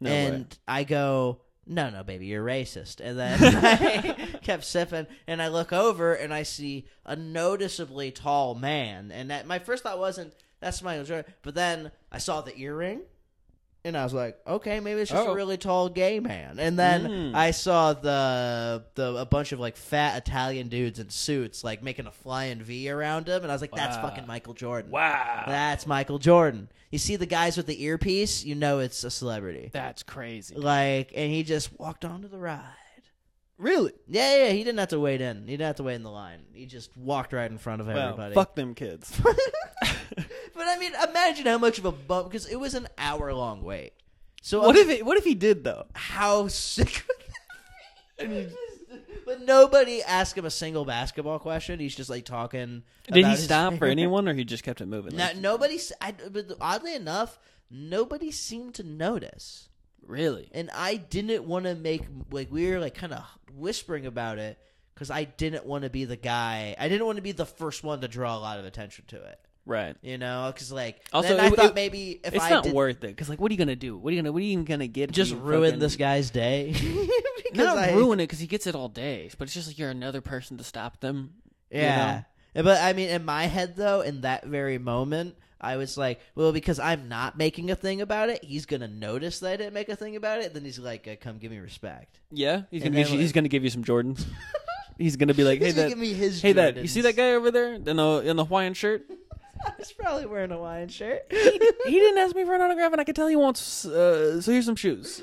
Speaker 2: No
Speaker 1: and
Speaker 2: way.
Speaker 1: I go, No, no, baby, you're racist. And then I kept sipping, and I look over and I see a noticeably tall man. And that my first thought wasn't, That's Michael Jordan. But then I saw the earring. And I was like, okay, maybe it's just
Speaker 2: Oh.
Speaker 1: a really tall gay man. And then
Speaker 2: Mm.
Speaker 1: I saw the the a bunch of like fat Italian dudes in suits like making a flying V around him, and I was like, that's
Speaker 2: Wow.
Speaker 1: fucking Michael Jordan.
Speaker 2: Wow,
Speaker 1: That's Michael Jordan. You see the guys with the earpiece, you know it's a celebrity.
Speaker 2: that's crazy.
Speaker 1: Like, and he just walked onto the ride.
Speaker 2: Really?
Speaker 1: Yeah, yeah, yeah, he didn't have to wait in. He didn't have to wait in the line. He just walked right in front of everybody.
Speaker 2: fuck them kids.
Speaker 1: But I mean, imagine how much of a bump because it was an hour long wait. So
Speaker 2: what
Speaker 1: I'm-
Speaker 2: if it, what if he did though?
Speaker 1: how sick would that be? Just- but nobody asked him a single basketball question. He's just like talking. about
Speaker 2: Did he
Speaker 1: his
Speaker 2: stop for
Speaker 1: favorite-
Speaker 2: anyone, or he just kept it moving?
Speaker 1: No,
Speaker 2: Like,
Speaker 1: nobody. s- I, but oddly enough, nobody seemed to notice,
Speaker 2: really?
Speaker 1: and I didn't want to make like we were like kind of whispering about it because I didn't want to be the guy. I didn't want to be the first one to draw a lot of attention to it.
Speaker 2: Right.
Speaker 1: You know, because like
Speaker 2: Also,
Speaker 1: then I
Speaker 2: it-
Speaker 1: thought
Speaker 2: it-
Speaker 1: maybe if
Speaker 2: it's
Speaker 1: I
Speaker 2: not
Speaker 1: did,
Speaker 2: worth it because, like, what are you gonna do? What are you gonna? What are you even gonna get? if
Speaker 1: just
Speaker 2: you
Speaker 1: ruin
Speaker 2: fucking-
Speaker 1: this guy's day,
Speaker 2: Not
Speaker 1: Because I-
Speaker 2: ruin it because he gets it all day, but it's just like you're another person to stop them. you
Speaker 1: Yeah.
Speaker 2: know?
Speaker 1: But I mean, in my head though, in that very moment, I was like, well, because I'm not making a thing about it, he's gonna notice that I didn't make a thing about it. Then he's like, uh, come give me respect.
Speaker 2: Yeah, he's
Speaker 1: And
Speaker 2: gonna give
Speaker 1: then,
Speaker 2: you,
Speaker 1: like-
Speaker 2: he's gonna give you some Jordans. he's gonna be like, hey
Speaker 1: He's gonna
Speaker 2: that,
Speaker 1: give me his
Speaker 2: hey that, you
Speaker 1: Jordans."
Speaker 2: see that guy over there in the in the Hawaiian shirt?
Speaker 1: I was probably wearing a Hawaiian shirt.
Speaker 2: he didn't ask me for an autograph, and I can tell he wants. Uh, so here's some shoes,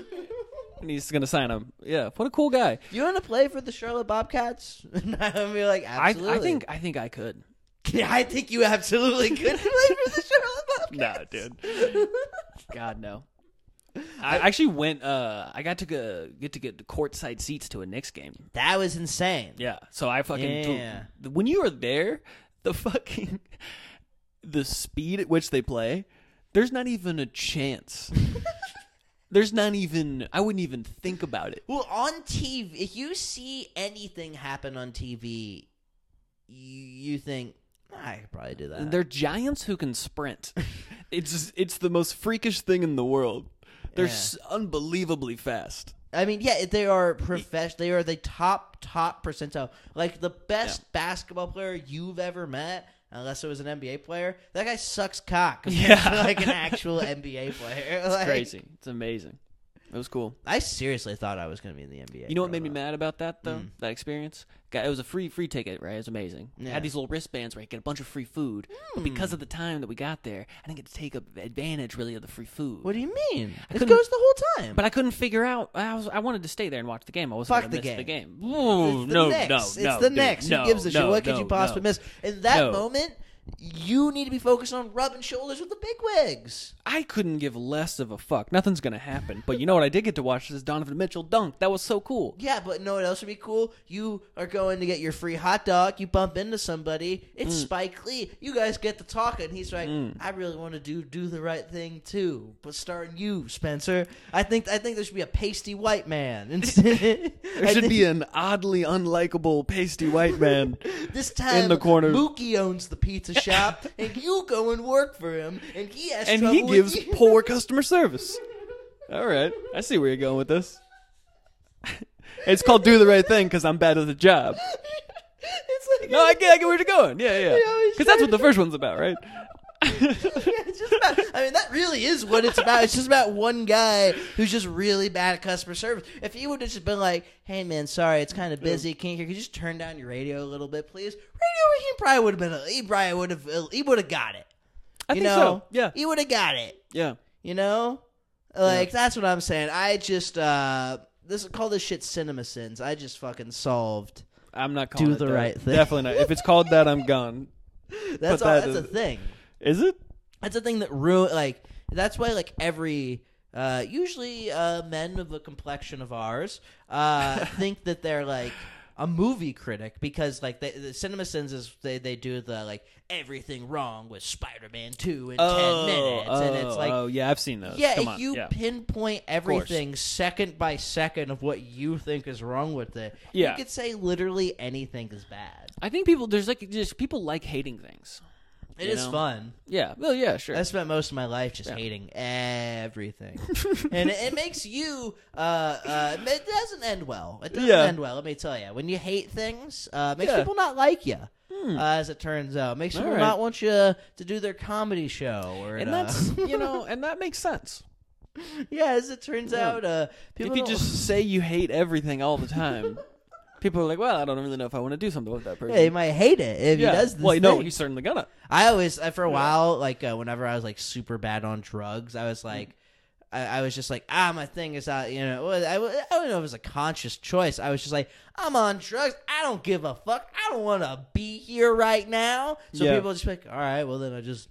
Speaker 2: and he's gonna sign them. Yeah, what a cool guy.
Speaker 1: you want to play for the Charlotte Bobcats? And I'm gonna be like,
Speaker 2: I,
Speaker 1: absolutely.
Speaker 2: I think I think I could.
Speaker 1: I think you absolutely could play for the Charlotte
Speaker 2: Nah,
Speaker 1: Bobcats.
Speaker 2: dude. God no. I actually went. Uh, I got to go, get to get courtside seats to a Knicks game.
Speaker 1: that was insane.
Speaker 2: Yeah, so I fucking threw-
Speaker 1: Yeah.
Speaker 2: when you were there, the fucking the speed at which they play, there's not even a chance. there's not even. I wouldn't even think about it.
Speaker 1: Well, on TV, if you see anything happen on TV, you, you think I could probably do that.
Speaker 2: They're giants who can sprint. it's it's the most freakish thing in the world. They're
Speaker 1: Yeah.
Speaker 2: s- unbelievably fast.
Speaker 1: I mean, yeah, they are professional. They are the top top percentile, like the best basketball player you've ever met, unless it was an NBA player. That guy sucks cock. compared
Speaker 2: Yeah.
Speaker 1: to, like an actual NBA player. Like,
Speaker 2: Crazy. It's amazing. It was cool.
Speaker 1: I seriously thought I was going to be in the NBA.
Speaker 2: You know what
Speaker 1: growing
Speaker 2: made me
Speaker 1: up.
Speaker 2: mad about that though?
Speaker 1: Mm.
Speaker 2: That experience. Guy, it was a free free ticket, right? It was amazing. I
Speaker 1: Yeah. Hmm.
Speaker 2: had these little wristbands where I could get a bunch of free food, but because of the time that we got there, I didn't get to take up advantage really of the free food.
Speaker 1: What do you mean? It
Speaker 2: couldn't-
Speaker 1: goes the whole time.
Speaker 2: but I couldn't figure out. I was I wanted to stay there and watch the game. I wasn't
Speaker 1: Fuck the
Speaker 2: going to miss the game.
Speaker 1: It's
Speaker 2: Ooh,
Speaker 1: the
Speaker 2: no,
Speaker 1: Knicks.
Speaker 2: no,
Speaker 1: It's
Speaker 2: no,
Speaker 1: the
Speaker 2: dude,
Speaker 1: Knicks.
Speaker 2: No,
Speaker 1: Who gives a shit?
Speaker 2: no,
Speaker 1: What could
Speaker 2: no,
Speaker 1: you possibly
Speaker 2: no.
Speaker 1: miss? In that
Speaker 2: No.
Speaker 1: moment, you need to be focused on rubbing shoulders with the bigwigs.
Speaker 2: I couldn't give less of a fuck. Nothing's gonna happen. But you know what? I did get to watch this Donovan Mitchell dunk. That was so cool.
Speaker 1: Yeah, but know what else would be cool? You are going to get your free hot dog. You bump into somebody. It's Spike Lee. You guys get to talking. He's like, I really want to do do the right thing too, but starting you, Spencer. I think I think there should be a pasty white man. there
Speaker 2: There should be an oddly unlikable pasty white man.
Speaker 1: This time,
Speaker 2: the corner.
Speaker 1: Mookie owns the pizza shop, and you go and work for him, and he has
Speaker 2: and
Speaker 1: trouble
Speaker 2: he gives
Speaker 1: with you.
Speaker 2: poor customer service. All right, I see where you're going with this. it's called do the right thing because I'm bad at the job.
Speaker 1: it's like
Speaker 2: No, I get, I get where you're going. Yeah, yeah.
Speaker 1: Yeah, he's
Speaker 2: Because that's what the first one's about, right?
Speaker 1: yeah, it's just about, I mean, that really is what it's about. It's just about one guy who's just really bad at customer service. If he would have just been like, "Hey, man, sorry, it's kind of busy. Can you, can you just turn down your radio a little bit, please?" Radio, he probably would have been. He probably would have. He would have got it.
Speaker 2: I
Speaker 1: You
Speaker 2: think
Speaker 1: know?
Speaker 2: so. Yeah,
Speaker 1: He would have got it.
Speaker 2: yeah.
Speaker 1: You know, like that's what I'm saying. I just uh this call this shit cinema sins. I just fucking solved.
Speaker 2: I'm not calling
Speaker 1: Do
Speaker 2: it
Speaker 1: the
Speaker 2: that.
Speaker 1: right thing.
Speaker 2: Definitely not. If it's called that, I'm gone.
Speaker 1: That's
Speaker 2: But
Speaker 1: all.
Speaker 2: that
Speaker 1: that's a
Speaker 2: is-
Speaker 1: thing.
Speaker 2: Is it?
Speaker 1: That's a thing that ruin. Like that's why like every. Uh, usually, uh, men of a complexion of ours uh, think that they're like a movie critic because, like, they, the CinemaSins is they, they do the like everything wrong with Spider-Man Two in ten minutes, and it's like
Speaker 2: oh yeah, I've seen those.
Speaker 1: Yeah,
Speaker 2: Come
Speaker 1: if
Speaker 2: on.
Speaker 1: you
Speaker 2: yeah.
Speaker 1: pinpoint everything second by second of what you think is wrong with it,
Speaker 2: Yeah.
Speaker 1: you could say literally anything is bad.
Speaker 2: I think people there's like just people like hating things.
Speaker 1: It
Speaker 2: You
Speaker 1: is
Speaker 2: know?
Speaker 1: fun.
Speaker 2: Yeah. Well, yeah, sure.
Speaker 1: I spent most of my life just hating everything, and it, it makes you. Uh, uh, it doesn't end well. It doesn't
Speaker 2: Yeah.
Speaker 1: end well. Let me tell you, when you hate things, uh, it makes
Speaker 2: Yeah. Hmm.
Speaker 1: people not like you. Uh, as it turns out, It makes people
Speaker 2: All right.
Speaker 1: not want you to do their comedy show, or
Speaker 2: and
Speaker 1: to-
Speaker 2: that's you know, and that makes sense.
Speaker 1: yeah. As it turns out, uh, people
Speaker 2: if you
Speaker 1: don't-
Speaker 2: just say you hate everything all the time, people are like, "Well, I don't really know if I want to do something with that person."
Speaker 1: yeah, he might hate it if
Speaker 2: Yeah.
Speaker 1: he does this.
Speaker 2: well, no,
Speaker 1: thing.
Speaker 2: he's certainly gonna.
Speaker 1: I always, I- for a while, like uh, whenever I was like super bad on drugs, I was like, I, I was just like, ah, my thing is out, you know. well, I, I don't know if it was a conscious choice. I was just like, I'm on drugs. I don't give a fuck. I don't want to be here right now. So
Speaker 2: Yeah.
Speaker 1: people just like, all right, well then I just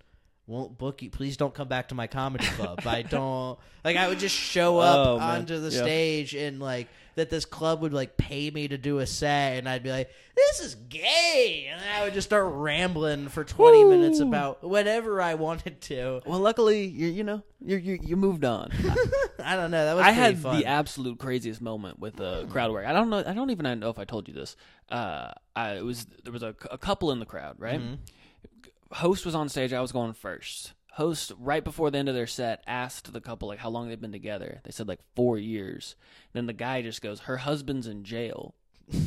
Speaker 1: won't book you. Please don't come back to my comedy club. I don't like. I would just show up
Speaker 2: Oh, man.
Speaker 1: onto the
Speaker 2: Yeah.
Speaker 1: stage and like. That this club would like pay me to do a set, and I'd be like, "This is gay," and I would just start rambling for 20 minutes
Speaker 2: Woo.
Speaker 1: about whatever I wanted to.
Speaker 2: Well, luckily, you you know, you you you moved on.
Speaker 1: I don't know. That was
Speaker 2: I
Speaker 1: pretty
Speaker 2: had
Speaker 1: fun.
Speaker 2: the absolute craziest moment with uh, crowd work. I don't know. I don't even know if I told you this. Uh, I it was there was a, a couple in the crowd, right?
Speaker 1: Mm-hmm.
Speaker 2: Host was on stage. I was going first. Host right before the end of their set asked the couple like how long they've been together. They said like four years. then the guy just goes, "Her husband's in jail."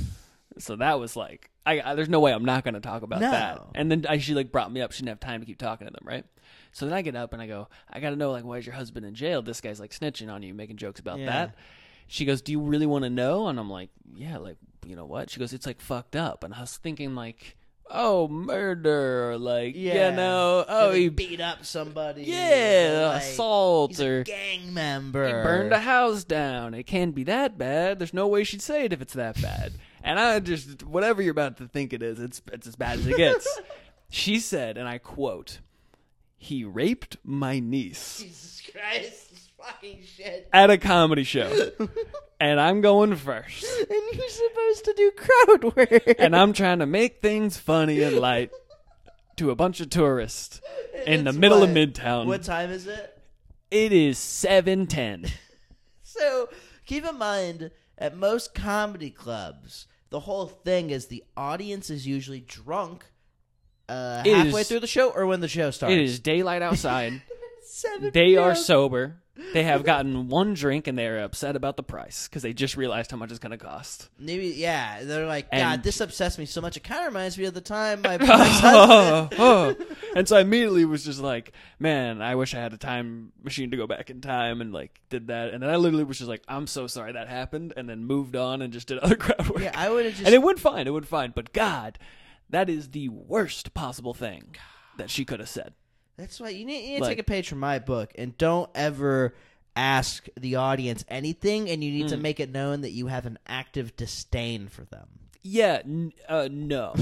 Speaker 2: so that was like, I, I there's no way I'm not going to talk about
Speaker 1: No.
Speaker 2: that. And then I, she like brought me up. She didn't have time to keep talking to them, right? So then I get up and I go, I got to know, like, why is your husband in jail? This guy's like snitching on you, making jokes about
Speaker 1: Yeah.
Speaker 2: that. She goes, Do you really want to know? And I'm like, Yeah, like, you know what? She goes, It's like fucked up. And I was thinking, like, Oh, murder. Or like,
Speaker 1: Yeah.
Speaker 2: you know, oh,
Speaker 1: he
Speaker 2: he,
Speaker 1: beat up somebody.
Speaker 2: yeah,
Speaker 1: like,
Speaker 2: assault
Speaker 1: He's a
Speaker 2: or
Speaker 1: gang member.
Speaker 2: he burned
Speaker 1: Uh,
Speaker 2: a house down. It can't be that bad. There's no way she'd say it if it's that bad. and I just whatever you're about to think it is, it's it's as bad as it gets. she said, and I quote, "He raped my niece
Speaker 1: Jesus Christ! This fucking shit.
Speaker 2: at a comedy show." and I'm going first.
Speaker 1: and you're supposed to do crowd work.
Speaker 2: And I'm trying to make things funny and light to a bunch of tourists in the
Speaker 1: It's
Speaker 2: middle of
Speaker 1: what-
Speaker 2: Midtown.
Speaker 1: What time is it?
Speaker 2: It is 7:10.
Speaker 1: So keep in mind, at most comedy clubs, the whole thing is the audience is usually drunk uh,
Speaker 2: It
Speaker 1: halfway
Speaker 2: is-
Speaker 1: through the show or when the show starts.
Speaker 2: It is daylight outside.
Speaker 1: Seven
Speaker 2: They are
Speaker 1: p.m.
Speaker 2: sober. They have gotten one drink and they are upset about the price because they just realized how much it's going to cost.
Speaker 1: Maybe yeah. They're like, God,
Speaker 2: And-
Speaker 1: this upsets me so much. It kind of reminds me of the time my
Speaker 2: oh, oh. And so I immediately was just like, man, I wish I had a time machine to go back in time and like did that. And then I literally was just like, I'm so sorry that happened. And then moved on and just did other crowd work.
Speaker 1: Yeah, I would have just.
Speaker 2: and it went fine. It went fine. But God, that is the worst possible thing that she could have said.
Speaker 1: that's why you need, you need to
Speaker 2: Like-
Speaker 1: take a page from my book and don't ever ask the audience anything, and you need
Speaker 2: Mm.
Speaker 1: to make it known that you have an active disdain for them.
Speaker 2: Yeah, n- uh, no.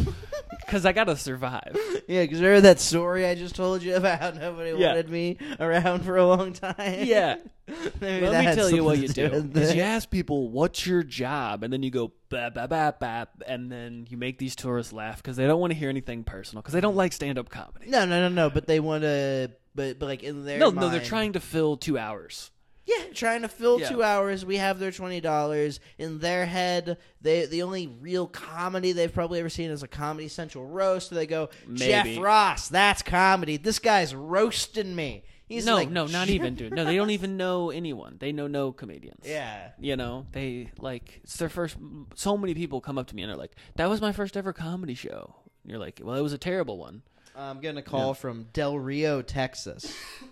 Speaker 2: Because I got to survive.
Speaker 1: Yeah, because remember that story I just told you about how nobody
Speaker 2: Yeah.
Speaker 1: wanted me around for a long time?
Speaker 2: Yeah.
Speaker 1: Maybe that
Speaker 2: Let me
Speaker 1: had
Speaker 2: tell you what you
Speaker 1: something to
Speaker 2: do.
Speaker 1: with
Speaker 2: Is
Speaker 1: it.
Speaker 2: you ask people what's your job, and then you go ba ba ba ba, and then you make these tourists laugh because they don't want to hear anything personal because they don't like stand up comedy.
Speaker 1: No, no, no, no. But they want to. But, but like in their
Speaker 2: No, no, they're
Speaker 1: mind-
Speaker 2: trying to fill two hours.
Speaker 1: Yeah, trying to fill
Speaker 2: Yeah.
Speaker 1: two hours. We have their twenty dollars in their head. They the only real comedy they've probably ever seen is a Comedy Central roast. They go Jeff
Speaker 2: Maybe.
Speaker 1: Ross, that's comedy. This guy's roasting me. He's
Speaker 2: no,
Speaker 1: like,
Speaker 2: no, not
Speaker 1: "Jeff-"
Speaker 2: even, dude. No, they don't even know anyone. They know no comedians.
Speaker 1: Yeah,
Speaker 2: You know, they like it's their first. So many people come up to me and they're like, "That was my first ever comedy show." And you're like, "Well, it was a terrible one."
Speaker 1: I'm getting a call from Del Rio, Texas.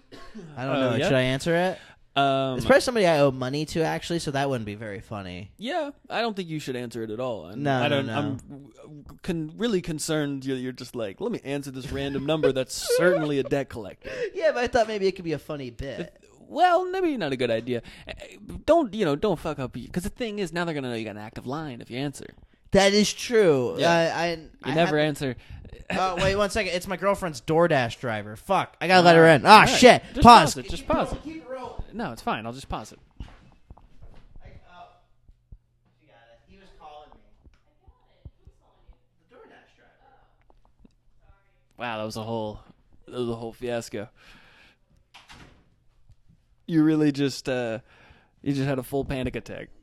Speaker 1: I don't
Speaker 2: Uh,
Speaker 1: know.
Speaker 2: yeah.
Speaker 1: Should I answer it?
Speaker 2: Um,
Speaker 1: It's probably somebody I owe money to actually, so that wouldn't be very funny.
Speaker 2: Yeah, I don't think you should answer it at all. And
Speaker 1: No,
Speaker 2: I
Speaker 1: no,
Speaker 2: don't.
Speaker 1: no.
Speaker 2: I'm con- really concerned. You're, you're just like, let me answer this random number that's certainly a debt collector.
Speaker 1: Yeah, but I thought maybe it could be a funny bit.
Speaker 2: Well, maybe not a good idea. Eh, eh, Don't you know? Don't fuck up. Because the thing is, now they're gonna know you got an active line if you answer.
Speaker 1: That is true.
Speaker 2: Yeah.
Speaker 1: Uh, I
Speaker 2: You
Speaker 1: I
Speaker 2: never
Speaker 1: have-
Speaker 2: answer.
Speaker 1: Oh wait, one second. It's my girlfriend's DoorDash driver. Fuck, I gotta let her in.
Speaker 2: All
Speaker 1: Ah,
Speaker 2: right.
Speaker 1: shit.
Speaker 2: Just
Speaker 1: pause.
Speaker 2: it. Just pause it.
Speaker 1: Keep rolling.
Speaker 2: No, it's fine. I'll just pause it.
Speaker 1: I- oh, she got it. He was calling me. The DoorDash driver.
Speaker 2: Wow, that was a whole, that was a whole fiasco. You really just, uh, you just had a full panic attack.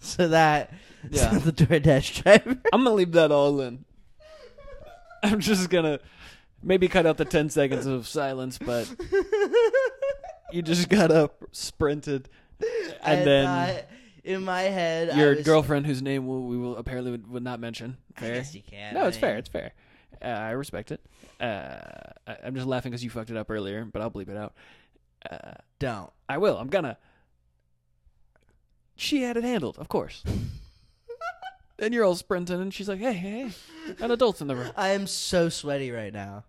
Speaker 1: So that, yeah,
Speaker 2: Yeah.
Speaker 1: the DoorDash driver.
Speaker 2: I'm gonna leave that all in. I'm just gonna maybe cut out the 10 seconds of silence, but you just got up, sprinted, and
Speaker 1: I
Speaker 2: then
Speaker 1: thought in my head, I
Speaker 2: your
Speaker 1: was-
Speaker 2: girlfriend, whose name we we will apparently would, would not mention.
Speaker 1: I
Speaker 2: Fair.
Speaker 1: guess you can.
Speaker 2: No,
Speaker 1: I
Speaker 2: it's fair.
Speaker 1: mean,
Speaker 2: It's fair. Uh, I respect it. Uh, I, I'm just laughing because you fucked it up earlier, but I'll bleep it out. Uh,
Speaker 1: Don't.
Speaker 2: I will. I'm gonna. She had it handled, of course. and you're all sprinting, and she's like, "Hey, hey, hey, an adult's in the room."
Speaker 1: I am so sweaty right now.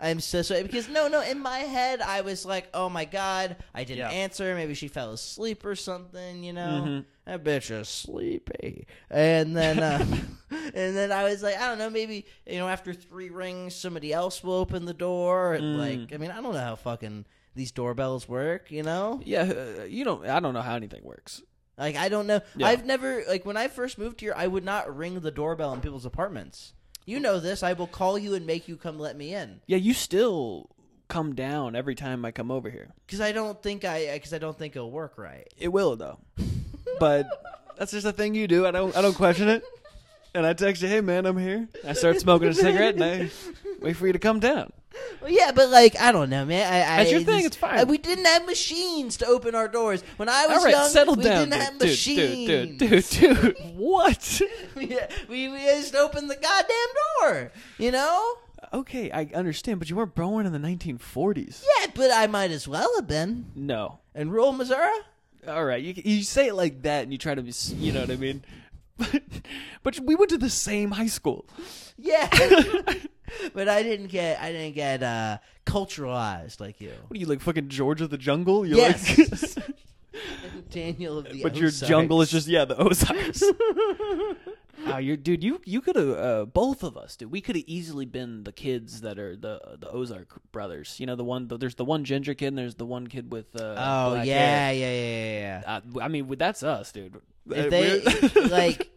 Speaker 1: I'm so sweaty because no, no. In my head, I was like, "Oh my god, I didn't
Speaker 2: Yeah.
Speaker 1: answer. Maybe she fell asleep or something." You know,
Speaker 2: Mhm.
Speaker 1: that bitch is sleepy. And then, uh, and then I was like, I don't know. Maybe you know, after three rings, somebody else will open the door. And
Speaker 2: Mm.
Speaker 1: Like, I mean, I don't know how fucking these doorbells work. You know,
Speaker 2: Yeah, uh, you don't. I don't know how anything works.
Speaker 1: like I don't know.
Speaker 2: Yeah.
Speaker 1: I've never like when I first moved here, I would not ring the doorbell in people's apartments. You know this. I will call you and make you come let me in.
Speaker 2: Yeah, you still come down every time I come over here.
Speaker 1: Because I don't think I, because I don't think it'll work right.
Speaker 2: It will though, but that's just a thing you do. I don't. I don't question it. And I text you, "Hey man, I'm here." I start smoking a cigarette, and I wait for you to come down.
Speaker 1: Well, yeah, but like I don't know, man. I,
Speaker 2: That's
Speaker 1: I
Speaker 2: your thing,
Speaker 1: just-
Speaker 2: it's fine.
Speaker 1: I- we didn't have machines to open our doors when I was
Speaker 2: All right,
Speaker 1: young.
Speaker 2: settle
Speaker 1: we
Speaker 2: down,
Speaker 1: didn't have
Speaker 2: dude,
Speaker 1: machines.
Speaker 2: dude, dude, dude, dude. What?
Speaker 1: we, we we just opened the goddamn door. You know.
Speaker 2: Okay, I understand, but you weren't born in the 1940s.
Speaker 1: Yeah, but I might as well have been
Speaker 2: No.
Speaker 1: in rural Missouri.
Speaker 2: All right, you you say it like that, and you try to be, s- you know what I mean. But, but we went to the same high school.
Speaker 1: Yeah. but I didn't get I didn't get uh culturalized like you.
Speaker 2: What are you like, fucking George of the Jungle? You're
Speaker 1: Yes.
Speaker 2: Like,
Speaker 1: Daniel of the
Speaker 2: but your
Speaker 1: Ozarks.
Speaker 2: jungle is just yeah, the Ozarks. Wow, Oh, you're dude. You you could have uh, both of us, dude. We could have easily been the kids that are the the Ozark brothers. You know the one. there's the one ginger kid. and There's the one kid with uh,
Speaker 1: Oh
Speaker 2: black
Speaker 1: yeah,
Speaker 2: hair.
Speaker 1: yeah, yeah, yeah,
Speaker 2: Uh, I mean, that's us, dude.
Speaker 1: yeah.
Speaker 2: Uh,
Speaker 1: If they
Speaker 2: we're-
Speaker 1: like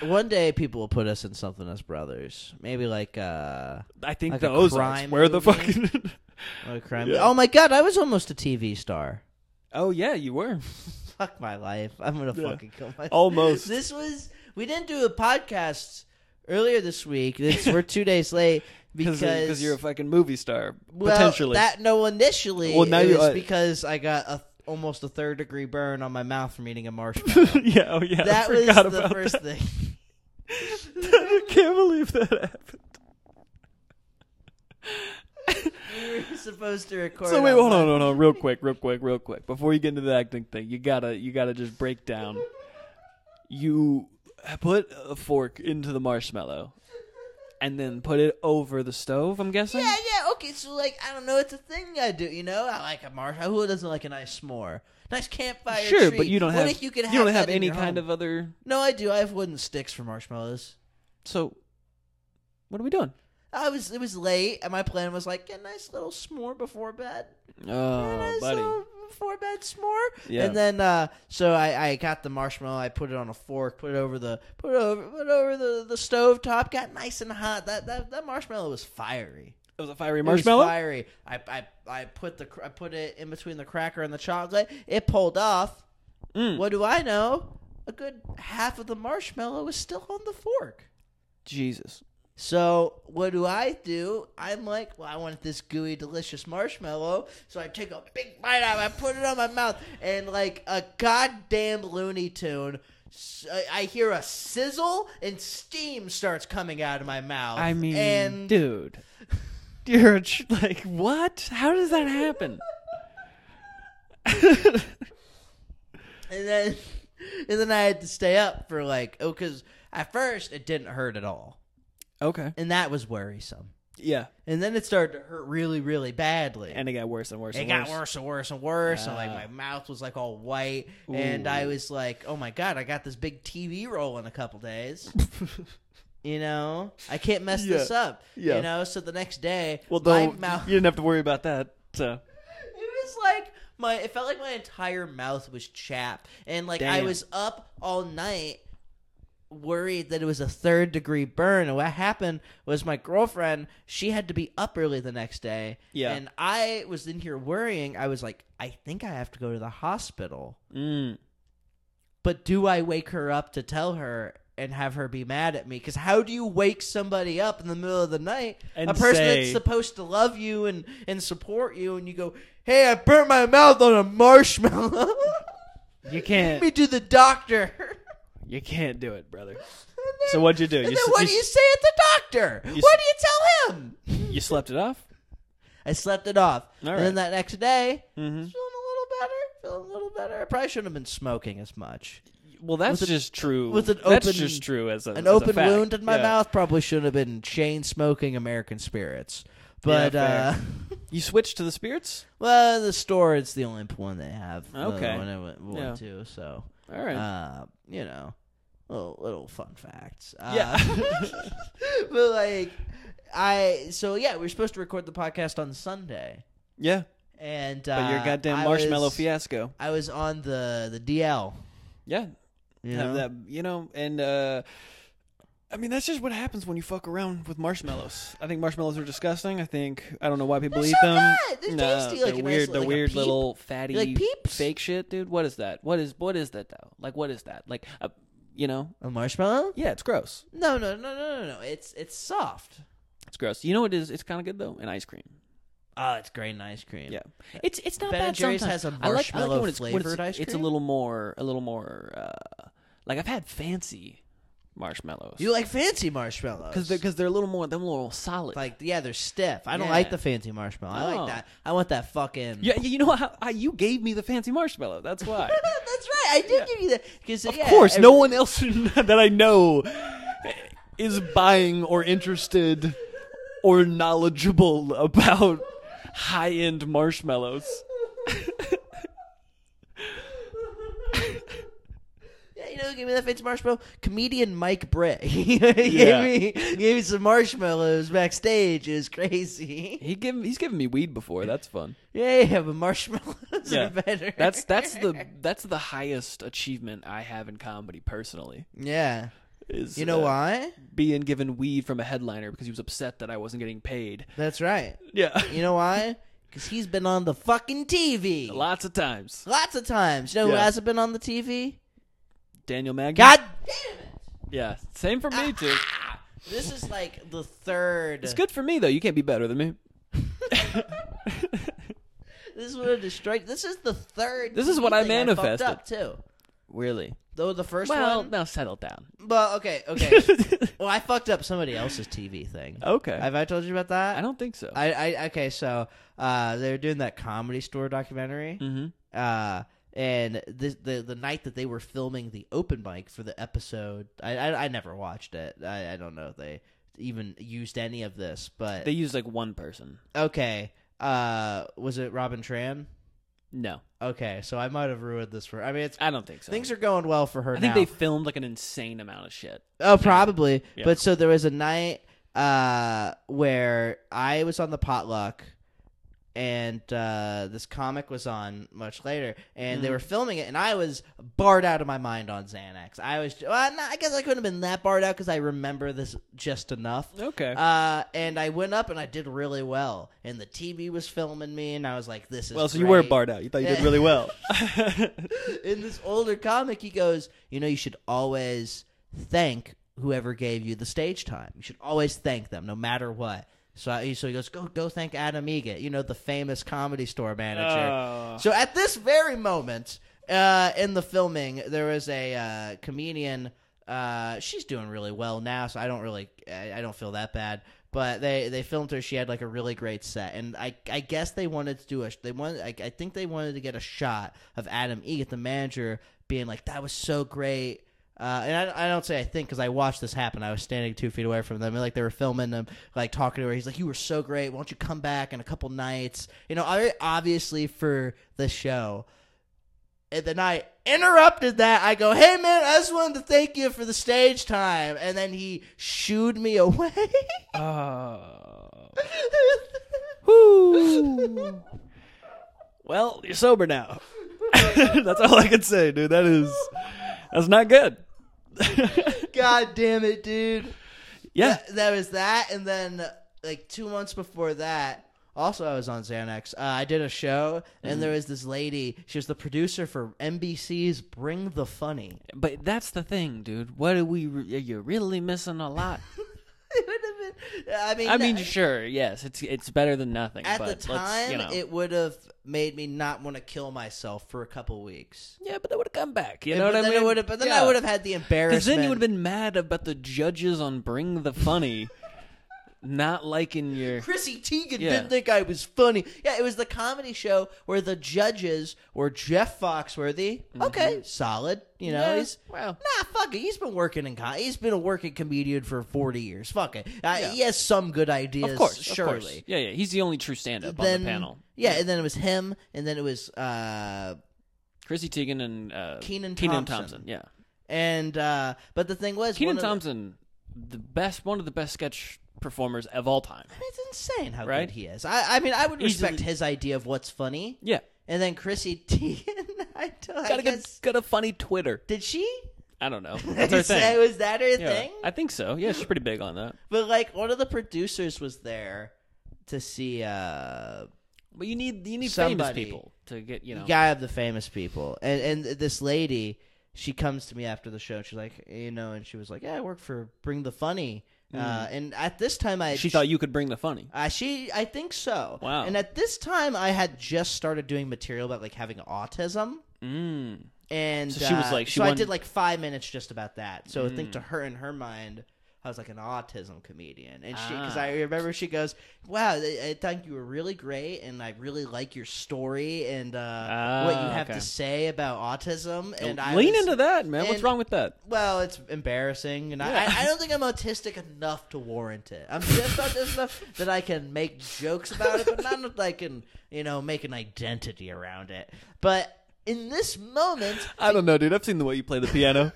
Speaker 1: one day people will put us in something as brothers. Maybe like uh
Speaker 2: I think
Speaker 1: like
Speaker 2: the
Speaker 1: a
Speaker 2: Ozarks.
Speaker 1: crime
Speaker 2: Where the
Speaker 1: movie?
Speaker 2: fucking?
Speaker 1: a crime.
Speaker 2: Yeah.
Speaker 1: Oh my god, I was almost a TV star.
Speaker 2: oh yeah, you were
Speaker 1: Fuck my life. I'm gonna
Speaker 2: Yeah.
Speaker 1: fucking kill myself.
Speaker 2: almost.
Speaker 1: This was we didn't do a podcast earlier this week. This, we're two days late because
Speaker 2: because uh, you're a fucking movie star
Speaker 1: well,
Speaker 2: potentially.
Speaker 1: that no initially.
Speaker 2: Well,
Speaker 1: Well,
Speaker 2: now
Speaker 1: now it
Speaker 2: you-
Speaker 1: was
Speaker 2: uh,
Speaker 1: because I got a, almost a third degree burn on my mouth from eating a marshmallow.
Speaker 2: yeah, oh yeah.
Speaker 1: that
Speaker 2: I
Speaker 1: was
Speaker 2: forgot
Speaker 1: the
Speaker 2: about
Speaker 1: first
Speaker 2: that.
Speaker 1: thing.
Speaker 2: I can't believe that happened.
Speaker 1: We were supposed to record.
Speaker 2: So wait, hold on,
Speaker 1: Monday.
Speaker 2: hold on, real quick, real quick, real quick. Before you get into the acting thing, you gotta, you gotta just break down. You put a fork into the marshmallow, and then put it over the stove. I'm guessing.
Speaker 1: Yeah, yeah, okay. So like, I don't know. It's a thing I do. You know, I like a marshmallow. Who doesn't like a nice s'more? Nice campfire.
Speaker 2: sure,
Speaker 1: treat.
Speaker 2: but you don't
Speaker 1: What
Speaker 2: have
Speaker 1: if you, could have
Speaker 2: don't
Speaker 1: that
Speaker 2: have
Speaker 1: in
Speaker 2: any
Speaker 1: your
Speaker 2: kind
Speaker 1: home?
Speaker 2: of other.
Speaker 1: No, I do. I have wooden sticks for marshmallows.
Speaker 2: So, what are we doing?
Speaker 1: I was it was late, and my plan was like a nice little s'more before bed. A
Speaker 2: Oh,
Speaker 1: nice
Speaker 2: buddy.
Speaker 1: little before bed s'more.
Speaker 2: Yeah.
Speaker 1: And then uh, so I, I got the marshmallow, I put it on a fork, put it over the put it over put it over the the stove top, got nice and hot. That that, that marshmallow was fiery.
Speaker 2: It was a fiery
Speaker 1: It was
Speaker 2: marshmallow.
Speaker 1: fiery. I, I I put the cr- I put it in between the cracker and the chocolate. It pulled off.
Speaker 2: Mm.
Speaker 1: What do I know? A good half of the marshmallow was still on the fork.
Speaker 2: Jesus.
Speaker 1: So what do I do? I'm like, well, I want this gooey, delicious marshmallow. So I take a big bite out, I put it on my mouth, and like a goddamn Looney Tune, s- I- I hear a sizzle and steam starts coming out of my mouth.
Speaker 2: I mean,
Speaker 1: and
Speaker 2: dude, you're a tr- like what? How does that happen?
Speaker 1: and then and then I had to stay up for like oh, because at first it didn't hurt at all,
Speaker 2: okay.
Speaker 1: and that was worrisome.
Speaker 2: Yeah.
Speaker 1: And then it started to hurt really, really badly.
Speaker 2: And it got worse and worse.
Speaker 1: it
Speaker 2: and
Speaker 1: got worse and worse and worse and like
Speaker 2: Ah.
Speaker 1: my mouth was like all white and i was like oh my god i got this big tv roll in a couple days you know i can't mess
Speaker 2: Yeah.
Speaker 1: this up
Speaker 2: Yeah.
Speaker 1: you know so the next day
Speaker 2: Well,
Speaker 1: my
Speaker 2: though
Speaker 1: mouth
Speaker 2: you didn't have to worry about that. So
Speaker 1: it was like my it felt like my entire mouth was chapped and like i
Speaker 2: Damn.
Speaker 1: was up all night worried that it was a third degree burn and what happened was my girlfriend she had to be up early the next day
Speaker 2: Yeah.
Speaker 1: and i was in here worrying i was like i think i have to go to the hospital
Speaker 2: mm.
Speaker 1: but do i wake her up to tell her and have her be mad at me because how do you wake somebody up in the middle of the night
Speaker 2: And
Speaker 1: a person
Speaker 2: say-
Speaker 1: that's supposed to love you and, and support you and you go hey i burnt my mouth on a marshmallow
Speaker 2: you
Speaker 1: let
Speaker 2: can't.
Speaker 1: me to the doctor
Speaker 2: You can't do it, brother.
Speaker 1: And then-
Speaker 2: So what'd you do?
Speaker 1: and
Speaker 2: You,
Speaker 1: then
Speaker 2: s-
Speaker 1: what
Speaker 2: you
Speaker 1: do you
Speaker 2: s-
Speaker 1: say at the doctor
Speaker 2: you
Speaker 1: what do you tell him
Speaker 2: you slept it off.
Speaker 1: i slept it off
Speaker 2: All
Speaker 1: and then that next day feeling
Speaker 2: Mm-hmm.
Speaker 1: a little better feeling a little better i probably shouldn't have been smoking as much
Speaker 2: Well, that's
Speaker 1: With a-
Speaker 2: just true.
Speaker 1: with an
Speaker 2: that's
Speaker 1: open-
Speaker 2: just true as a, as
Speaker 1: an
Speaker 2: a
Speaker 1: open
Speaker 2: fact.
Speaker 1: wound in my
Speaker 2: Yeah.
Speaker 1: mouth probably should have been chain smoking American spirits. But
Speaker 2: Yeah,
Speaker 1: uh
Speaker 2: You switched to the spirits.
Speaker 1: well, the store it's the only one they have. The other
Speaker 2: Okay.
Speaker 1: one I went, went
Speaker 2: Yeah.
Speaker 1: to, so
Speaker 2: All right.
Speaker 1: uh, you know, little little fun facts.
Speaker 2: Yeah.
Speaker 1: Uh, but like I so yeah, we were supposed to record the podcast on Sunday,
Speaker 2: yeah.
Speaker 1: and
Speaker 2: But
Speaker 1: uh,
Speaker 2: your goddamn
Speaker 1: I
Speaker 2: marshmallow
Speaker 1: was,
Speaker 2: fiasco.
Speaker 1: I was on the the DL.
Speaker 2: Yeah.
Speaker 1: You
Speaker 2: have
Speaker 1: know?
Speaker 2: that you know and uh i mean that's just what happens when you fuck around with marshmallows i think marshmallows are disgusting i think i don't know why people
Speaker 1: They're
Speaker 2: eat
Speaker 1: so
Speaker 2: them
Speaker 1: good. They're
Speaker 2: Nah,
Speaker 1: tasty, like
Speaker 2: they're
Speaker 1: a nice
Speaker 2: weird
Speaker 1: li-
Speaker 2: they're
Speaker 1: like a
Speaker 2: weird
Speaker 1: peep.
Speaker 2: little fatty
Speaker 1: Like peeps?
Speaker 2: fake shit dude what is that what is what is that though like what is that like uh, you know
Speaker 1: a marshmallow?
Speaker 2: yeah it's gross
Speaker 1: No, no, no, no, no, no. It's it's soft.
Speaker 2: it's gross you know what it is it's kind of good though in ice cream
Speaker 1: Oh, it's great in ice cream.
Speaker 2: yeah it's it's not
Speaker 1: Ben
Speaker 2: bad
Speaker 1: and Jerry's
Speaker 2: sometimes.
Speaker 1: has a
Speaker 2: I like, I like it when it's, when it's,
Speaker 1: marshmallow-flavored ice
Speaker 2: it's a
Speaker 1: cream?
Speaker 2: little more a little more uh like i've had fancy marshmallows.
Speaker 1: You like fancy marshmallows
Speaker 2: Because they're, 'cause they're a little more, them a little solid.
Speaker 1: like yeah, they're stiff. I don't
Speaker 2: Yeah.
Speaker 1: like the fancy marshmallow. I
Speaker 2: No.
Speaker 1: like that. I want that fucking
Speaker 2: yeah, you know how I, you gave me the fancy marshmallow. That's why.
Speaker 1: That's right. I did give you that because
Speaker 2: of course, no one else that I know is buying or interested or knowledgeable about high end marshmallows.
Speaker 1: Yeah, you know, who gave me that fancy marshmallow. Comedian Mike Bray He
Speaker 2: Yeah.
Speaker 1: gave me gave me some marshmallows backstage. It was crazy.
Speaker 2: He give, he's given me weed before. That's fun.
Speaker 1: Yeah, yeah, but marshmallows
Speaker 2: Yeah.
Speaker 1: are better.
Speaker 2: That's that's the that's the highest achievement I have in comedy personally.
Speaker 1: yeah.
Speaker 2: Is
Speaker 1: You know
Speaker 2: uh,
Speaker 1: why?
Speaker 2: Being given weed from a headliner because he was upset that I wasn't getting paid.
Speaker 1: That's right.
Speaker 2: Yeah,
Speaker 1: You know why? Because he's been on the fucking TV
Speaker 2: lots of times.
Speaker 1: lots of times. You know who
Speaker 2: Yeah.
Speaker 1: hasn't been on the TV?
Speaker 2: Daniel Maggie.
Speaker 1: God damn it!
Speaker 2: Yeah, same for me too.
Speaker 1: This is like the third.
Speaker 2: It's good for me though. You can't be better than me.
Speaker 1: This would have destroyed. This is the third.
Speaker 2: This is what
Speaker 1: thing
Speaker 2: I manifested.
Speaker 1: I fucked up too.
Speaker 2: really?
Speaker 1: Though the first
Speaker 2: Well,
Speaker 1: one.
Speaker 2: now settle down.
Speaker 1: Well, okay, okay. well, I fucked up somebody else's TV thing.
Speaker 2: okay.
Speaker 1: Have I told you about that?
Speaker 2: I don't think so.
Speaker 1: I, I okay. So uh, they were doing that comedy store documentary.
Speaker 2: mm-hmm.
Speaker 1: uh, and the, the the night that they were filming the open mic for the episode, I I, I never watched it. I, I don't know if they even used any of this, but
Speaker 2: They used like one person.
Speaker 1: okay. Uh, was it Robin Tran?
Speaker 2: No,
Speaker 1: Okay, so I might have ruined this for. I mean, it's
Speaker 2: I don't think so.
Speaker 1: things are going well for her
Speaker 2: I think
Speaker 1: now.
Speaker 2: they filmed like an insane amount of shit.
Speaker 1: Oh, probably.
Speaker 2: Yeah.
Speaker 1: But so there was a night uh, where I was on the potluck, and uh, this comic was on much later, and they
Speaker 2: Mhm.
Speaker 1: were filming it, and I was barred out of my mind on Xanax. I was, well, no, I guess I couldn't have been that barred out because I remember this just enough.
Speaker 2: Okay.
Speaker 1: Uh, and I went up and I did really well, and the TV was filming me, and I was like, "This is
Speaker 2: well, so you were
Speaker 1: great
Speaker 2: barred out. You thought you did
Speaker 1: Yeah.
Speaker 2: really well.
Speaker 1: in this older comic, he goes, you know, you should always thank whoever gave you the stage time. You should always thank them, no matter what. So, I, so he goes, go, go thank Adam Egan, you know, the famous comedy store manager.
Speaker 2: Oh.
Speaker 1: So at this very moment uh, in the filming, there was a uh, comedian. Uh, she's doing really well now, so I don't really, I, I don't feel that bad. But they they filmed her. She had like a really great set, and I I guess they wanted to do a they wanted I, I think they wanted to get a shot of Adam Egan, the manager, being like that was so great. Uh, and I, I don't say I think because I watched this happen. I was standing two feet away from them, and like they were filming them, like talking to her. He's like, "You were so great. Why don't you come back in a couple nights?" You know, I- obviously for the show. And then I interrupted that. I go, "Hey man, I just wanted to thank you for the stage time." And then he shooed me away.
Speaker 2: Oh. Woo. Well, you're sober now. that's all I can say, dude. That is that's not good.
Speaker 1: God damn it, dude.
Speaker 2: yeah.
Speaker 1: That, that was that, and then like two months before that, also I was on Xanax. Uh, I did a show, and
Speaker 2: Mm-hmm.
Speaker 1: there was this lady. She was the producer for NBC's Bring the Funny.
Speaker 2: But that's the thing, dude. What are we re- are you really missing a lot?
Speaker 1: It would have been. I mean,
Speaker 2: I mean,
Speaker 1: that-
Speaker 2: sure, yes, it's it's better than nothing.
Speaker 1: at
Speaker 2: but
Speaker 1: the
Speaker 2: let's,
Speaker 1: time,
Speaker 2: you know.
Speaker 1: it would have made me not want to kill myself for a couple weeks.
Speaker 2: yeah, but that would have come back. You
Speaker 1: And-
Speaker 2: know
Speaker 1: but
Speaker 2: what I
Speaker 1: then
Speaker 2: mean?
Speaker 1: It would've- but then
Speaker 2: Yeah.
Speaker 1: I would have had the embarrassment.
Speaker 2: Because then you would have been mad about the judges on Bring the Funny not liking your.
Speaker 1: Chrissy Teigen
Speaker 2: Yeah.
Speaker 1: didn't think I was funny. Yeah, it was the comedy show where the judges were Jeff Foxworthy. Okay, solid. You know,
Speaker 2: Mm-hmm. Yeah,
Speaker 1: he's
Speaker 2: well.
Speaker 1: nah, fuck it. He's been working in com- he's been a working comedian for forty years. Fuck it. Uh,
Speaker 2: Yeah.
Speaker 1: He has some good ideas,
Speaker 2: Of course, of
Speaker 1: surely.
Speaker 2: course. Yeah, yeah. He's the only true stand-up on
Speaker 1: Then
Speaker 2: the panel.
Speaker 1: yeah, and then it was him, and then it was uh,
Speaker 2: Chrissy Teigen and uh,
Speaker 1: Kenan Thompson.
Speaker 2: Yeah,
Speaker 1: and uh, but the thing was one
Speaker 2: Keenan
Speaker 1: of the-
Speaker 2: Thompson, the best, one of the best sketch performers of all time.
Speaker 1: It's insane how
Speaker 2: Right?
Speaker 1: good he is. I, I mean, I would
Speaker 2: He's
Speaker 1: respect
Speaker 2: the-
Speaker 1: his idea of what's funny,
Speaker 2: Yeah,
Speaker 1: and then Chrissy Teigen. I, don't, I
Speaker 2: got a good,
Speaker 1: guess
Speaker 2: got a funny Twitter.
Speaker 1: did she?
Speaker 2: I don't know. That's her
Speaker 1: Say,
Speaker 2: thing.
Speaker 1: was that her
Speaker 2: Yeah,
Speaker 1: thing?
Speaker 2: I think so. Yeah, she's pretty big on that.
Speaker 1: But like one of the producers was there to see uh
Speaker 2: But you need you need
Speaker 1: Somebody-
Speaker 2: famous people to get you know.
Speaker 1: you guy of the famous people. And and this lady, she comes to me after the show and she's like, you know, and she was like, Yeah, I work for Bring the Funny. Uh, and at this time I
Speaker 2: Mm. she thought you could bring the funny.
Speaker 1: Uh, she, I think so.
Speaker 2: Wow.
Speaker 1: And at this time, I had just started doing material about like having autism,
Speaker 2: Mm.
Speaker 1: And
Speaker 3: So she was
Speaker 1: uh,
Speaker 3: like- she
Speaker 1: so I
Speaker 3: wanted- Mm.
Speaker 1: did like five minutes just about that. So I think to her in her mind, I was like an autism comedian, and she because
Speaker 2: Ah.
Speaker 1: I remember she goes, "Wow, I I think you were really great, and I really like your story and uh, what you
Speaker 3: Ah,
Speaker 1: have
Speaker 3: okay.
Speaker 1: to say about autism." And I
Speaker 2: Lean
Speaker 1: was-
Speaker 2: into that, man. What's
Speaker 1: and-
Speaker 2: wrong with that?
Speaker 1: well, it's embarrassing, and
Speaker 2: Yeah.
Speaker 1: I, I don't think I'm autistic enough to warrant it. I'm just autistic enough that I can make jokes about it, but not that I can, you know, make an identity around it. But in this moment,
Speaker 2: I don't know, dude. I've seen the way you play the piano.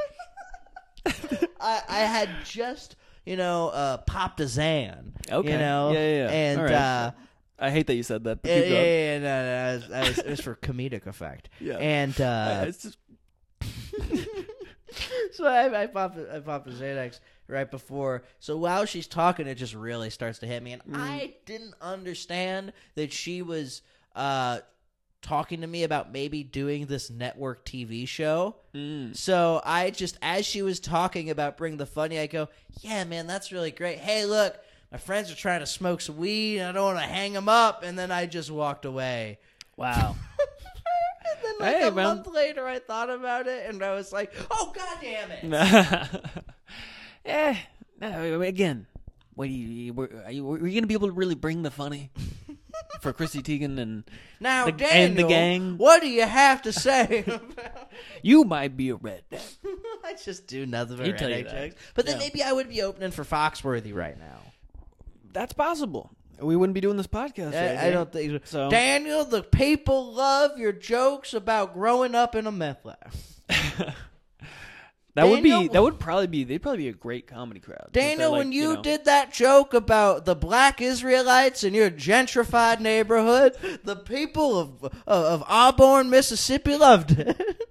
Speaker 1: I, I had just, you know, uh, popped a Zan.
Speaker 2: Okay.
Speaker 1: You know?
Speaker 2: Yeah, yeah, yeah.
Speaker 1: And,
Speaker 2: All right.
Speaker 1: uh,
Speaker 2: I hate that you said that. But
Speaker 1: yeah,
Speaker 2: keep going.
Speaker 1: yeah, yeah, no, no, no, it, was, it was for comedic effect.
Speaker 2: Yeah.
Speaker 1: And, uh,
Speaker 2: I- it's just-
Speaker 1: so I, I pop I pop a Xanax right before. So while she's talking, it just really starts to hit me,
Speaker 2: Mm.
Speaker 1: and I didn't understand that she was uh, talking to me about maybe doing this network TV show.
Speaker 2: mm.
Speaker 1: So I just, as she was talking about bring the funny, I go, yeah, man, that's really great. Hey, look. My friends are trying to smoke some weed. And I don't want to hang them up. And then I just walked away.
Speaker 2: wow.
Speaker 1: And then, like
Speaker 2: Hey,
Speaker 1: a
Speaker 2: man.
Speaker 1: month later, I thought about it, and I was like, "Oh, god damn it!"
Speaker 2: eh, no, again, what do you, were, are you were you gonna be able to really bring the funny for Chrissy Teigen and
Speaker 1: Now,
Speaker 2: The-
Speaker 1: Daniel,
Speaker 2: and the gang.
Speaker 1: what do you have to say? about-
Speaker 2: you might be a redneck.
Speaker 1: I just do nothing but
Speaker 2: He'd tell you
Speaker 1: redneck
Speaker 2: that.
Speaker 1: jokes. But then
Speaker 2: Yeah.
Speaker 1: maybe I would be opening for Foxworthy right now.
Speaker 2: That's possible. We wouldn't be doing this podcast. right
Speaker 1: I, I
Speaker 2: here.
Speaker 1: don't think so.
Speaker 2: So-
Speaker 1: Daniel, the people love your jokes about growing up in a meth lab.
Speaker 2: That would be
Speaker 1: Daniel-
Speaker 2: that would probably be they'd probably be a great comedy crowd. If they're
Speaker 1: Daniel,
Speaker 2: like,
Speaker 1: when you,
Speaker 2: know,
Speaker 1: did that joke about the black Israelites in your gentrified neighborhood, the people of of, of Auburn, Mississippi, loved it.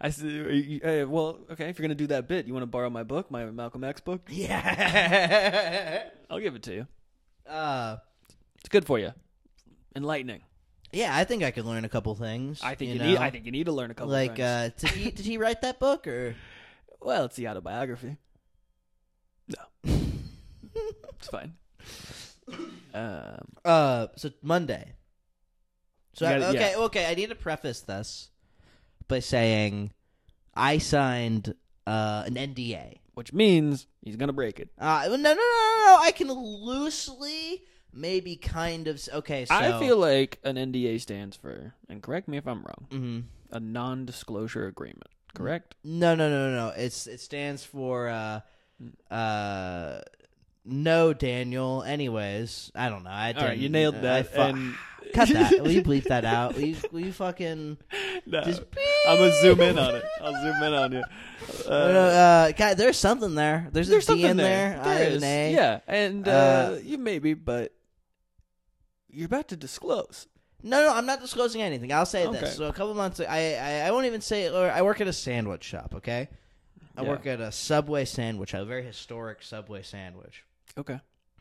Speaker 2: I see, are you- uh, well, okay, if you're gonna do that bit, you want to borrow my book, my Malcolm X book?
Speaker 1: yeah.
Speaker 2: I'll give it to you.
Speaker 1: Uh,
Speaker 2: It's good for you, enlightening.
Speaker 1: Yeah, I think I could learn a couple things.
Speaker 2: I think you,
Speaker 1: know?
Speaker 2: need. I think you need to learn a couple.
Speaker 1: like
Speaker 2: things.
Speaker 1: uh, did he did he write that book or
Speaker 2: Well, it's the autobiography. No. it's fine. Um,
Speaker 1: uh? So Monday. So
Speaker 2: You gotta-
Speaker 1: okay, okay. I need to preface this by saying I signed uh, an NDA.
Speaker 2: which means he's going to break it.
Speaker 1: Uh, no, no, no, no, no. I can loosely, maybe, kind of. s- Okay, so
Speaker 2: I feel like an NDA stands for, and correct me if I'm wrong,
Speaker 1: Mhm.
Speaker 2: a non disclosure agreement, correct?
Speaker 1: No, no, no, no, no. It's it stands for uh, uh, no, Daniel. Anyways, I don't know. I
Speaker 2: All right,
Speaker 1: didn't-
Speaker 2: you nailed
Speaker 1: uh, I
Speaker 2: that.
Speaker 1: fu-
Speaker 2: and
Speaker 1: Cut that. Will you bleep that out? Will you, will you fucking
Speaker 2: No.
Speaker 1: just beep?
Speaker 2: I'm going to zoom in on it. I'll zoom in on you. Uh,
Speaker 1: Uh, uh, God, there's something there. There's,
Speaker 2: there's
Speaker 1: a D
Speaker 2: something
Speaker 1: in
Speaker 2: there.
Speaker 1: there. I
Speaker 2: There
Speaker 1: and
Speaker 2: is.
Speaker 1: A.
Speaker 2: Yeah, and uh,
Speaker 1: Uh,
Speaker 2: you maybe, but you're about to disclose.
Speaker 1: No, no, I'm not disclosing anything. I'll say
Speaker 2: Okay.
Speaker 1: this. So a couple months, I, I, I won't even say. Or I work at a sandwich shop. Okay, I
Speaker 2: Yeah.
Speaker 1: work at a Subway sandwich, a very historic Subway sandwich.
Speaker 2: Okay.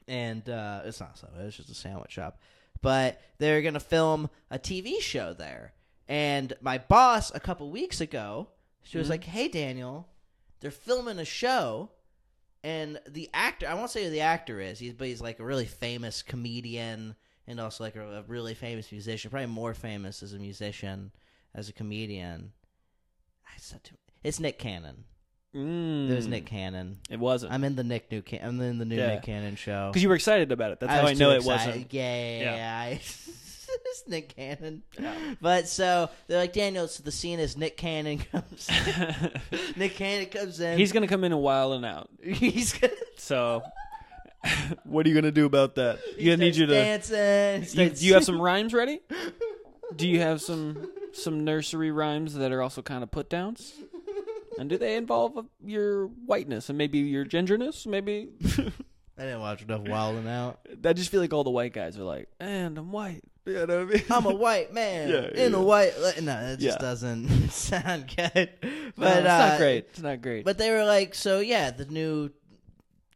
Speaker 1: and uh, it's not so. It's just a sandwich shop. But they're gonna film a TV show there. And my boss, a couple weeks ago, she was like, "Hey, Daniel, they're filming a show, and the actor—I won't say who the actor is—he's but he's like a really famous comedian and also like a, a really famous musician, probably more famous as a musician as a comedian. I said to it's Nick Cannon.
Speaker 2: Mm.
Speaker 1: There's Nick Cannon.
Speaker 2: It wasn't.
Speaker 1: I'm in the Nick new. Can- I'm in the new
Speaker 2: Yeah.
Speaker 1: Nick Cannon show.
Speaker 2: Because you were excited about it. That's how I
Speaker 1: was
Speaker 2: know
Speaker 1: too
Speaker 2: it
Speaker 1: excited.
Speaker 2: wasn't.
Speaker 1: Yeah, yeah, yeah.
Speaker 2: Yeah.
Speaker 1: yeah. I- it's Nick Cannon. But so they're like Daniel. So the scene is Nick Cannon comes. Nick Cannon comes in.
Speaker 2: He's gonna come in a while and out.
Speaker 1: he's gonna.
Speaker 2: So, what are you gonna do about that?
Speaker 1: he
Speaker 2: You need
Speaker 1: starts
Speaker 2: you to.
Speaker 1: dancing. he
Speaker 2: You,
Speaker 1: starts-
Speaker 2: do you have some rhymes ready? Do you have some some nursery rhymes that are also kind of put downs? And do they involve uh, your whiteness and maybe your genderness? Maybe
Speaker 1: I didn't watch enough Wild 'N Out.
Speaker 2: I just feel like all the white guys are like, and I'm white. You know what I mean?
Speaker 1: I'm a white man
Speaker 2: Yeah,
Speaker 1: in a
Speaker 2: yeah.
Speaker 1: white. li-" No, that just
Speaker 2: Yeah.
Speaker 1: doesn't sound good. But
Speaker 2: No, it's
Speaker 1: uh,
Speaker 2: not great. It's not great.
Speaker 1: But they were like, so yeah, the new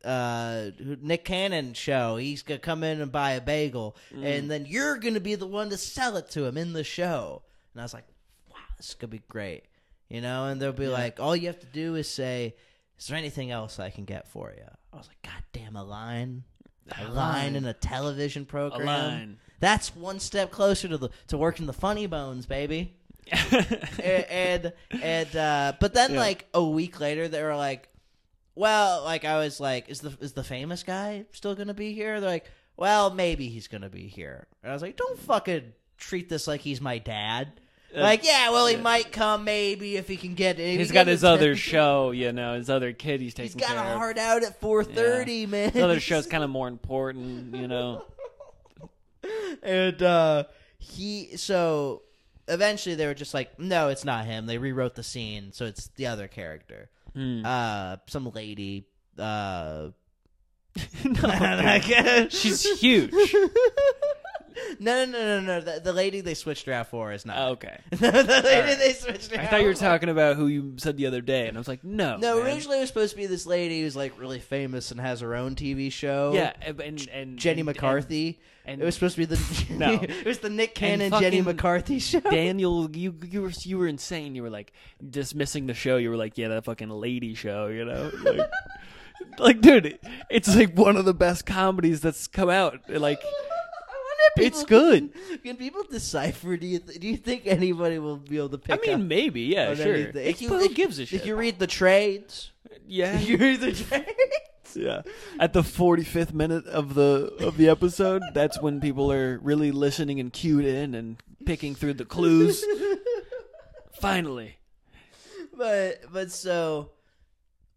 Speaker 1: uh Nick Cannon show. He's gonna come in and buy a bagel, and then you're gonna be the one to sell it to him in the show. And I was like, wow, this is gonna be great, you know. And they'll be like, all you have to do is say, is there anything else I can get for you? I was like, God damn, a line. A line in a television program.
Speaker 2: line.
Speaker 1: That's one step closer to the to working the funny bones, baby. and and uh, but then
Speaker 2: Yeah.
Speaker 1: like a week later they were like well like i was like is the is the famous guy still gonna be here they're like well maybe he's gonna be here and i was like don't fucking treat this like he's my dad
Speaker 2: Uh,
Speaker 1: like yeah well he
Speaker 2: yeah.
Speaker 1: might come maybe if he can get in
Speaker 2: he's got his other show, you know, his other kid he's
Speaker 1: he's
Speaker 2: taking
Speaker 1: got
Speaker 2: care
Speaker 1: a
Speaker 2: of.
Speaker 1: hard out at 4.30 man
Speaker 2: His other show's kind of more important, you know.
Speaker 1: and uh he so eventually they were just like no it's not him they rewrote the scene so it's the other character
Speaker 2: Hmm.
Speaker 1: uh some lady uh
Speaker 2: No. She's huge.
Speaker 1: no no no no no the, the lady they switched her out for is not
Speaker 2: Okay.
Speaker 1: the lady
Speaker 2: Oh. right.
Speaker 1: they switched her
Speaker 2: I thought you were
Speaker 1: out for-
Speaker 2: talking about who you said the other day, and I was like, no.
Speaker 1: no
Speaker 2: man.
Speaker 1: originally it was supposed to be this lady who's like really famous and has her own tv show
Speaker 2: Yeah, and, and, and
Speaker 1: Oh, Jenny
Speaker 2: and-
Speaker 1: McCarthy.
Speaker 2: and-
Speaker 1: it was supposed to be the
Speaker 2: No.
Speaker 1: it was the Nick Cannon
Speaker 2: fucking
Speaker 1: Jenny McCarthy show.
Speaker 2: and Daniel, you you were you were insane. You were like dismissing the show. You were like, yeah, that fucking lady show. You know, like, like dude, it's like one of the best comedies that's come out. Like,
Speaker 1: I wonder if
Speaker 2: It's
Speaker 1: people
Speaker 2: good.
Speaker 1: Can, can people decipher? Do you th- do you think anybody will be able to pick
Speaker 2: I
Speaker 1: up
Speaker 2: mean, maybe, yeah,
Speaker 1: on
Speaker 2: sure.
Speaker 1: anything?
Speaker 2: It's-
Speaker 1: If you-
Speaker 2: but who
Speaker 1: if-
Speaker 2: gives a
Speaker 1: if
Speaker 2: shit?
Speaker 1: you read the trades,
Speaker 2: yeah,
Speaker 1: if you read the trades.
Speaker 2: yeah. At the forty fifth minute of the of the episode, that's when people are really listening and cued in and picking through the clues. Finally,
Speaker 1: but but so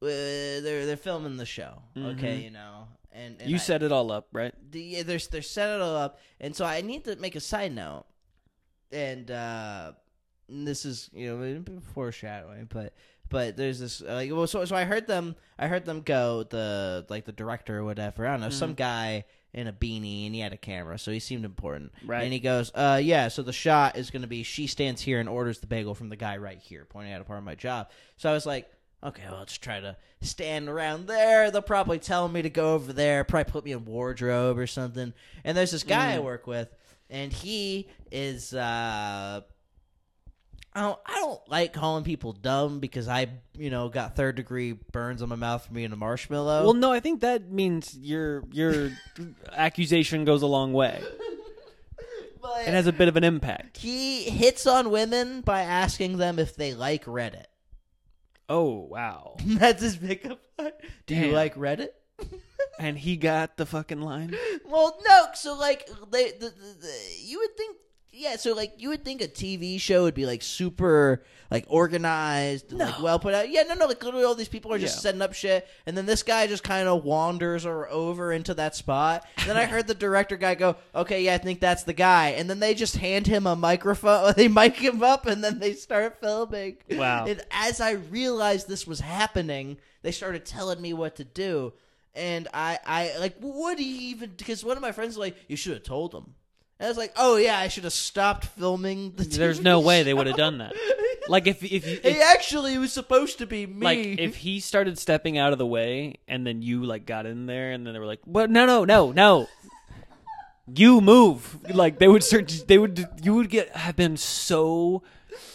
Speaker 1: uh, they're they're filming the show. Okay, you know, and, and
Speaker 2: you
Speaker 1: I-
Speaker 2: set it all up, right?
Speaker 1: the, yeah, they're they're set it all up, and so I need to make a side note, and uh, and this is you know a bit foreshadowing, but but there's this uh, like well, so so I heard them I heard them go the like the director or whatever I don't know some guy in a beanie and he had a camera so he seemed important
Speaker 2: Right.
Speaker 1: and he goes uh yeah so the shot is gonna be she stands here and orders the bagel from the guy right here pointing out a part of my job so I was like okay, well, let's try to stand around there. They'll probably tell me to go over there, probably put me in wardrobe or something. And there's this guy
Speaker 2: Mm.
Speaker 1: I work with, and he is. Uh, I don't, I don't like calling people dumb because I, you know, got third degree burns on my mouth from being a marshmallow.
Speaker 2: Well, no, I think that means your your accusation goes a long way
Speaker 1: but
Speaker 2: and has a bit of an impact.
Speaker 1: he hits on women by asking them if they like Reddit.
Speaker 2: Oh wow!
Speaker 1: That's his pickup line. Do you
Speaker 2: Damn.
Speaker 1: like Reddit?
Speaker 2: And he got the fucking line.
Speaker 1: Well, no. So like they, the, the, the, you would think, yeah. So like you would think a TV show would be like super like organized, and, like
Speaker 2: No.
Speaker 1: well put out. Yeah, no, no. Like literally, all these people are just
Speaker 2: Yeah.
Speaker 1: setting up shit, and then this guy just kind of wanders or over into that spot. And then I heard the director guy go, "Okay, yeah, I think that's the guy," and then they just hand him a microphone. They mic him up, and then they start filming.
Speaker 2: Wow.
Speaker 1: And as I realized this was happening, they started telling me what to do. And I, I like, would he even? Because one of my friends was like, "You should have told him." And I was like, "Oh yeah, I should have stopped filming." The
Speaker 2: There's
Speaker 1: TV
Speaker 2: no way they
Speaker 1: show."
Speaker 2: would have done that. Like if if, you
Speaker 1: It actually was supposed to be me.
Speaker 2: like if he started stepping out of the way and then you like got in there and then they were like, "What? No, no, no, no." You move. Like they would start. They would. You would get have been so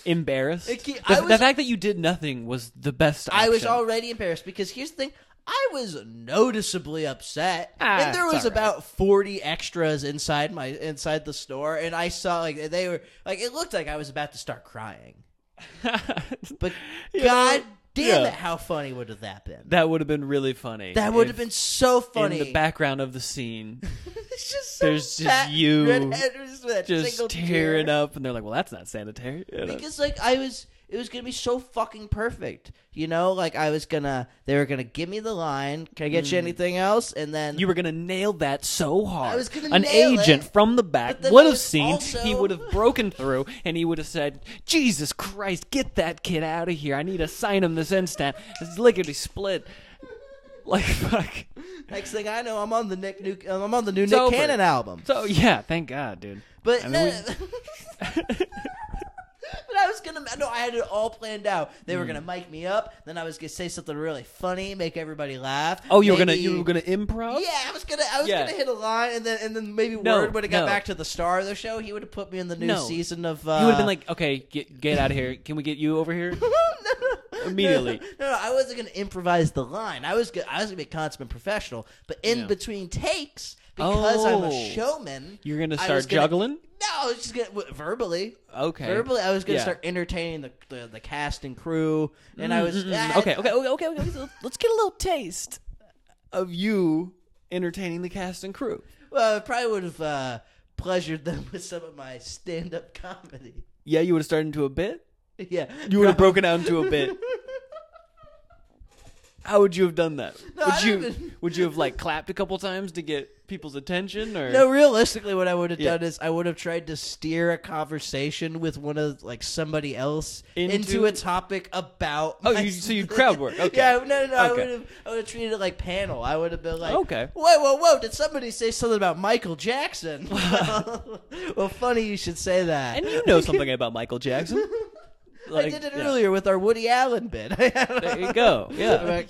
Speaker 2: embarrassed.
Speaker 1: It ke-
Speaker 2: the,
Speaker 1: I
Speaker 2: the
Speaker 1: was-
Speaker 2: fact that you did nothing was the best.
Speaker 1: I was
Speaker 2: option.
Speaker 1: already embarrassed because here's the thing. I was noticeably upset,
Speaker 2: Ah,
Speaker 1: and there
Speaker 2: it's
Speaker 1: was
Speaker 2: all right.
Speaker 1: about forty extras inside my inside the store, and I saw like they were like it looked like I was about to start crying. But
Speaker 2: Yeah.
Speaker 1: god damn
Speaker 2: Yeah.
Speaker 1: it, how funny would have that been?
Speaker 2: That would have been really funny.
Speaker 1: That would
Speaker 2: if
Speaker 1: have been so funny.
Speaker 2: in the background of the scene,
Speaker 1: it's just so
Speaker 2: there's just
Speaker 1: fat,
Speaker 2: you
Speaker 1: redhead with that single
Speaker 2: just tearing
Speaker 1: tear.
Speaker 2: up, and they're like, "Well, that's not sanitary." You know?
Speaker 1: because like I was it was gonna be so fucking perfect, you know. Like I was gonna, they were gonna give me the line. Can I get you anything else? And then
Speaker 2: Mm. You were gonna nail that so hard.
Speaker 1: I was gonna
Speaker 2: An
Speaker 1: nail
Speaker 2: agent
Speaker 1: it,
Speaker 2: from the back
Speaker 1: but then
Speaker 2: would
Speaker 1: it
Speaker 2: have
Speaker 1: was
Speaker 2: seen. He
Speaker 1: also-
Speaker 2: would have broken through, and he would have said, "Jesus Christ, get that kid out of here! I need to sign him this instant." It's lickety split. Like fuck.
Speaker 1: next thing I know, I'm on the Nick New, um, I'm on the new Nick
Speaker 2: over.
Speaker 1: Cannon album.
Speaker 2: So yeah, thank God, dude.
Speaker 1: But
Speaker 2: I mean,
Speaker 1: no,
Speaker 2: we-
Speaker 1: But I was gonna no, I had it all planned out. They
Speaker 2: Mm.
Speaker 1: were gonna mic me up, then I was gonna say something really funny, make everybody laugh.
Speaker 2: oh, you were gonna
Speaker 1: Maybe-
Speaker 2: you were gonna improv?
Speaker 1: Yeah, I was gonna I was
Speaker 2: Yeah.
Speaker 1: gonna hit a line and then and then maybe
Speaker 2: No,
Speaker 1: word would have got
Speaker 2: no.
Speaker 1: back to the star of the show, he would have put me in the new
Speaker 2: No.
Speaker 1: season of uh
Speaker 2: He would have been like, "Okay, get get out of here. Can we get you over here?" Immediately.
Speaker 1: No, no, no, I wasn't gonna improvise the line. I was gonna, I was gonna be a consummate professional. But in
Speaker 2: Yeah.
Speaker 1: between takes, because I'm
Speaker 2: Oh.
Speaker 1: a showman.
Speaker 2: You're gonna
Speaker 1: I
Speaker 2: start
Speaker 1: was gonna-
Speaker 2: juggling.
Speaker 1: No, I was just gonna w- verbally.
Speaker 2: Okay.
Speaker 1: Verbally, I was gonna
Speaker 2: Yeah.
Speaker 1: start entertaining the, the the cast and crew, and I was
Speaker 2: Mm,
Speaker 1: ah,
Speaker 2: okay, okay, okay, okay, okay. So let's get a little taste of you entertaining the cast and crew.
Speaker 1: Well, I probably would have uh, pleasured them with some of my stand up comedy.
Speaker 2: Yeah, you would have started into a bit.
Speaker 1: Yeah,
Speaker 2: You would have broken out into a bit. How would you have done that?
Speaker 1: No,
Speaker 2: would
Speaker 1: I
Speaker 2: you
Speaker 1: don't even-
Speaker 2: would you have like clapped a couple times to get people's attention or
Speaker 1: No, realistically, what I would have
Speaker 2: Yeah.
Speaker 1: done is I would have tried to steer a conversation with one of like somebody else
Speaker 2: Into-
Speaker 1: into, a topic about.
Speaker 2: Oh,
Speaker 1: my
Speaker 2: you- so you'd
Speaker 1: thing.
Speaker 2: crowd work. Okay.
Speaker 1: Yeah, no, no, no. I
Speaker 2: Okay.
Speaker 1: would have. I would have treated it like panel. I would have been like,
Speaker 2: Okay.
Speaker 1: whoa, whoa, whoa! Did somebody say something about Michael Jackson? well, funny you should say that.
Speaker 2: And you know something about Michael Jackson.
Speaker 1: I
Speaker 2: Like,
Speaker 1: did it
Speaker 2: yeah.
Speaker 1: earlier with our Woody Allen bit.
Speaker 2: There you go. Yeah.
Speaker 1: Like,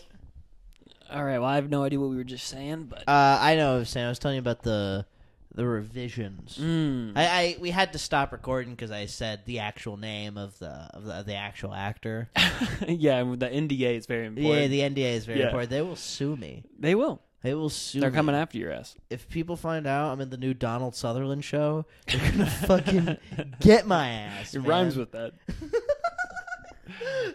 Speaker 2: All right. Well, I have no idea what we were just saying, but
Speaker 1: Uh, I know, what I was saying I was telling you about the the revisions.
Speaker 2: mm. Mm-hmm.
Speaker 1: I, I we had to stop recording because I said the actual name of the of the, of the actual actor.
Speaker 2: yeah, and the NDA is very important.
Speaker 1: yeah, the NDA is very
Speaker 2: Yeah.
Speaker 1: important. They will sue me.
Speaker 2: they will.
Speaker 1: They will sue.
Speaker 2: They're
Speaker 1: me.
Speaker 2: coming after your ass.
Speaker 1: If people find out I'm in the new Donald Sutherland show, they're gonna fucking get my ass.
Speaker 2: It rhymes
Speaker 1: man.
Speaker 2: with that.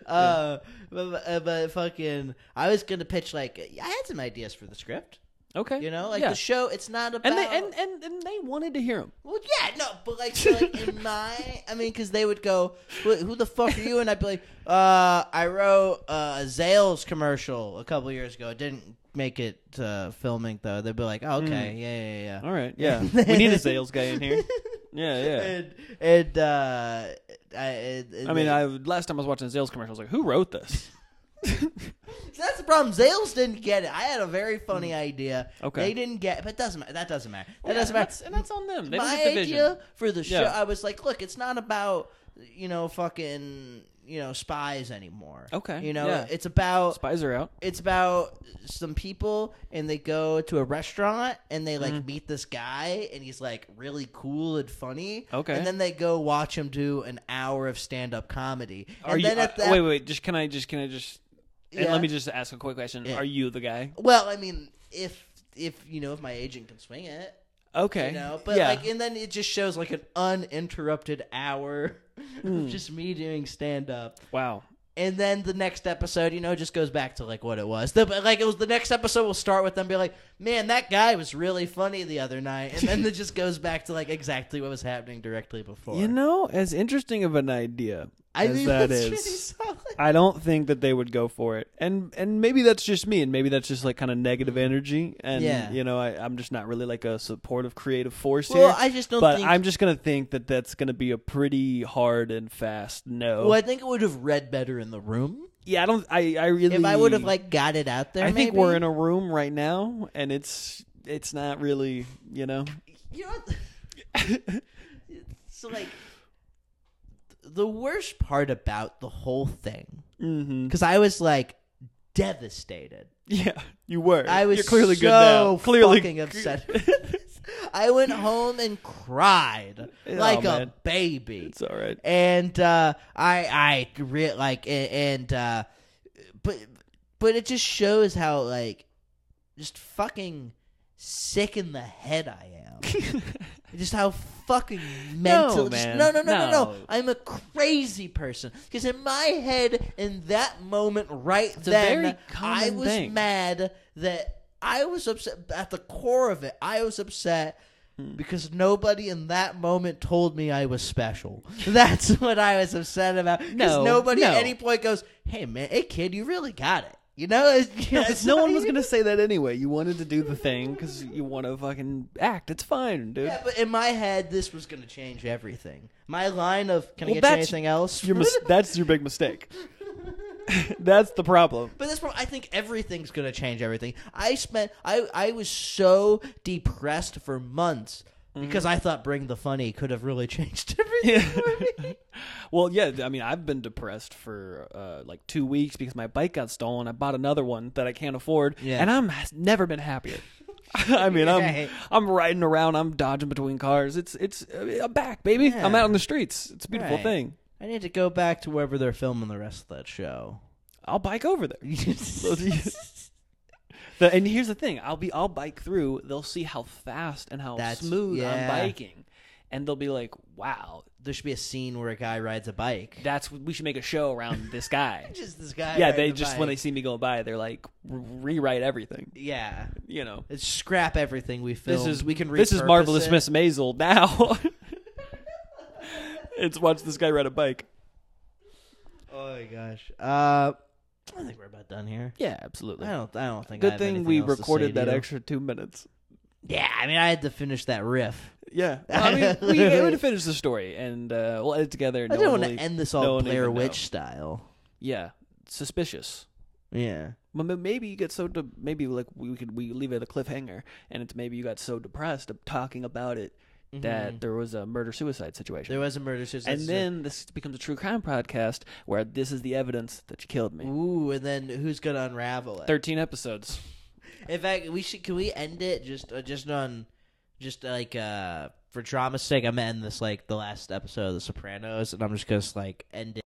Speaker 1: Uh, but, but- uh, but fucking, I was gonna pitch like I had some ideas for the script.
Speaker 2: Okay.
Speaker 1: You know, like
Speaker 2: Yeah.
Speaker 1: the show. It's not about
Speaker 2: and they and, and, and they wanted to hear him.
Speaker 1: Well, yeah, no, but like, so, like in my, I mean, because they would go, "Who who the fuck are you?" And I'd be like, "Uh, I wrote uh, a Zales commercial a couple years ago. It didn't make it to filming though." They'd be like, oh, "Okay, yeah, yeah, yeah."
Speaker 2: Hmm. All right. Yeah. we need a sales guy in here. Yeah, yeah.
Speaker 1: And and uh, I, and- and
Speaker 2: I mean,
Speaker 1: they-
Speaker 2: I last time I was watching a sales commercial, I was like, who wrote this?
Speaker 1: so that's the problem. Zales didn't get it. I had a very funny idea.
Speaker 2: Hmm. Okay.
Speaker 1: they didn't get, but it doesn't matter. That doesn't matter. That
Speaker 2: Yeah,
Speaker 1: doesn't
Speaker 2: and
Speaker 1: matter.
Speaker 2: that's, and that's on them. They don't
Speaker 1: my
Speaker 2: get the vision.
Speaker 1: idea for the show,
Speaker 2: Yeah.
Speaker 1: I was like, look, it's not about you know fucking you know spies anymore.
Speaker 2: Okay,
Speaker 1: you know
Speaker 2: yeah.
Speaker 1: it's about
Speaker 2: Spies are out.
Speaker 1: it's about some people and they go to a restaurant and they
Speaker 2: Mm-hmm.
Speaker 1: like meet this guy and he's like really cool and funny.
Speaker 2: Okay.
Speaker 1: and then they go watch him do an hour of stand up comedy.
Speaker 2: Are
Speaker 1: and
Speaker 2: you?
Speaker 1: then
Speaker 2: uh,
Speaker 1: at that,
Speaker 2: wait, wait. Just can I just can I just? And
Speaker 1: Yeah.
Speaker 2: let me just ask a quick question.
Speaker 1: Yeah.
Speaker 2: Are you the guy?
Speaker 1: well, I mean, if if you know if my agent can swing it.
Speaker 2: Okay.
Speaker 1: You know, but
Speaker 2: yeah.
Speaker 1: like, and then it just shows like an uninterrupted hour
Speaker 2: Hmm.
Speaker 1: of just me doing stand up,
Speaker 2: wow.
Speaker 1: and then the next episode, you know, just goes back to like what it was. The, but like, it was the next episode will start with them being like, "Man, that guy was really funny the other night," and then it just goes back to like exactly what was happening directly before.
Speaker 2: You know, as interesting of an idea
Speaker 1: I
Speaker 2: as
Speaker 1: mean,
Speaker 2: that
Speaker 1: that's
Speaker 2: is,
Speaker 1: pretty solid.
Speaker 2: I don't think that they would go for it. And and maybe that's just me, and maybe that's just like kind of negative energy. And
Speaker 1: Yeah.
Speaker 2: you know, I, I'm just not really like a supportive creative force
Speaker 1: Well,
Speaker 2: here.
Speaker 1: I just don't
Speaker 2: But
Speaker 1: think-
Speaker 2: I'm just gonna think that that's gonna be a pretty hard and fast no.
Speaker 1: Well, I think it would have read better in the room
Speaker 2: Yeah, I don't. I I really.
Speaker 1: if I would have like got it out there.
Speaker 2: I think
Speaker 1: maybe.
Speaker 2: we're in a room right now, and it's it's not really you know.
Speaker 1: you know what? so like the worst part about the whole thing
Speaker 2: hmm
Speaker 1: because i was like devastated
Speaker 2: Yeah, you were.
Speaker 1: i was
Speaker 2: You're clearly
Speaker 1: so
Speaker 2: good now. Clearly
Speaker 1: fucking upset i went home and cried
Speaker 2: Oh,
Speaker 1: like
Speaker 2: man.
Speaker 1: a baby
Speaker 2: It's all right.
Speaker 1: and uh, I I re- like a- and uh, but but it just shows how like just fucking sick in the head I am. just how fucking mental. just-
Speaker 2: man.
Speaker 1: no, no, no, no, no,
Speaker 2: No.
Speaker 1: I'm a crazy person because in my head, in that moment, right
Speaker 2: a
Speaker 1: then,
Speaker 2: very
Speaker 1: I
Speaker 2: common
Speaker 1: was
Speaker 2: thing.
Speaker 1: mad that I was upset. At the core of it, I was upset
Speaker 2: Hmm.
Speaker 1: because nobody in that moment told me I was special. That's what I was upset about. Because
Speaker 2: No,
Speaker 1: nobody
Speaker 2: no.
Speaker 1: at any point goes, "Hey man, hey kid, you really got it." You know, it's,
Speaker 2: No, 'cause no one was gonna say that anyway. You wanted to do the thing because you want to fucking act. It's fine, dude.
Speaker 1: Yeah, but in my head, this was going to change everything. My line of "Can I get
Speaker 2: Well,
Speaker 1: you
Speaker 2: that's-
Speaker 1: anything else?"
Speaker 2: Your mis- that's your big mistake. that's the problem.
Speaker 1: But that's problem. I think everything's gonna change everything. I spent I I was so depressed for months because I thought Bring the Funny could have really changed everything. for me.
Speaker 2: well, yeah. I mean, I've been depressed for uh, like two weeks because my bike got stolen. I bought another one that I can't afford,
Speaker 1: Yeah.
Speaker 2: and I'm has never been happier. I mean, I'm
Speaker 1: Right.
Speaker 2: I'm riding around. I'm dodging between cars. It's it's uh, I'm back, baby. I'm
Speaker 1: Yeah.
Speaker 2: out on the streets. It's a beautiful
Speaker 1: Right.
Speaker 2: thing.
Speaker 1: I need to go back to wherever they're filming the rest of that show.
Speaker 2: I'll bike over there.
Speaker 1: That's
Speaker 2: The, and here's the thing: I'll be I'll bike through. They'll see how fast and how
Speaker 1: That's-
Speaker 2: smooth
Speaker 1: yeah.
Speaker 2: I'm biking, and they'll be like, "Wow,
Speaker 1: There should be a scene where a guy rides a bike.
Speaker 2: that's we should make a show around this guy."
Speaker 1: just this guy.
Speaker 2: yeah,
Speaker 1: riding
Speaker 2: they
Speaker 1: the
Speaker 2: just when they
Speaker 1: bike.
Speaker 2: see me going by, they're like, "Re- "Rewrite everything,"
Speaker 1: yeah,
Speaker 2: you know.
Speaker 1: Let's scrap everything we filmed.
Speaker 2: This is
Speaker 1: we can.
Speaker 2: This is
Speaker 1: repurpose
Speaker 2: marvelous
Speaker 1: it.
Speaker 2: Miss Maisel now. it's watch this guy ride a bike.
Speaker 1: Oh my gosh. Uh, I think we're about done here.
Speaker 2: Yeah, absolutely.
Speaker 1: I don't. I don't think. I
Speaker 2: Good
Speaker 1: have
Speaker 2: thing
Speaker 1: anything
Speaker 2: we
Speaker 1: else to say
Speaker 2: recorded
Speaker 1: to
Speaker 2: that
Speaker 1: you.
Speaker 2: extra two minutes.
Speaker 1: Yeah, I mean, I had to finish that riff.
Speaker 2: Yeah, Well, I mean, we, we would have finished the story, and uh, we'll edit together. and
Speaker 1: I
Speaker 2: no
Speaker 1: didn't
Speaker 2: one
Speaker 1: want to
Speaker 2: will e-
Speaker 1: end this
Speaker 2: no
Speaker 1: all
Speaker 2: one will
Speaker 1: Blair
Speaker 2: even know.
Speaker 1: Witch style.
Speaker 2: Yeah, suspicious.
Speaker 1: Yeah.
Speaker 2: Well, ma- Maybe you get so de- maybe like we could we leave it a cliffhanger, and it's maybe you got so depressed of talking about it
Speaker 1: Mm-hmm.
Speaker 2: that there was a murder suicide situation,
Speaker 1: There was a murder suicide.
Speaker 2: and then this becomes a true crime podcast where this is the evidence that you killed me.
Speaker 1: ooh, and then who's gonna unravel it?
Speaker 2: Thirteen episodes.
Speaker 1: In fact, we should. Can we end it just uh, just on just like uh for drama's sake? I'm gonna end this like the last episode of The Sopranos, and I'm just gonna like end it.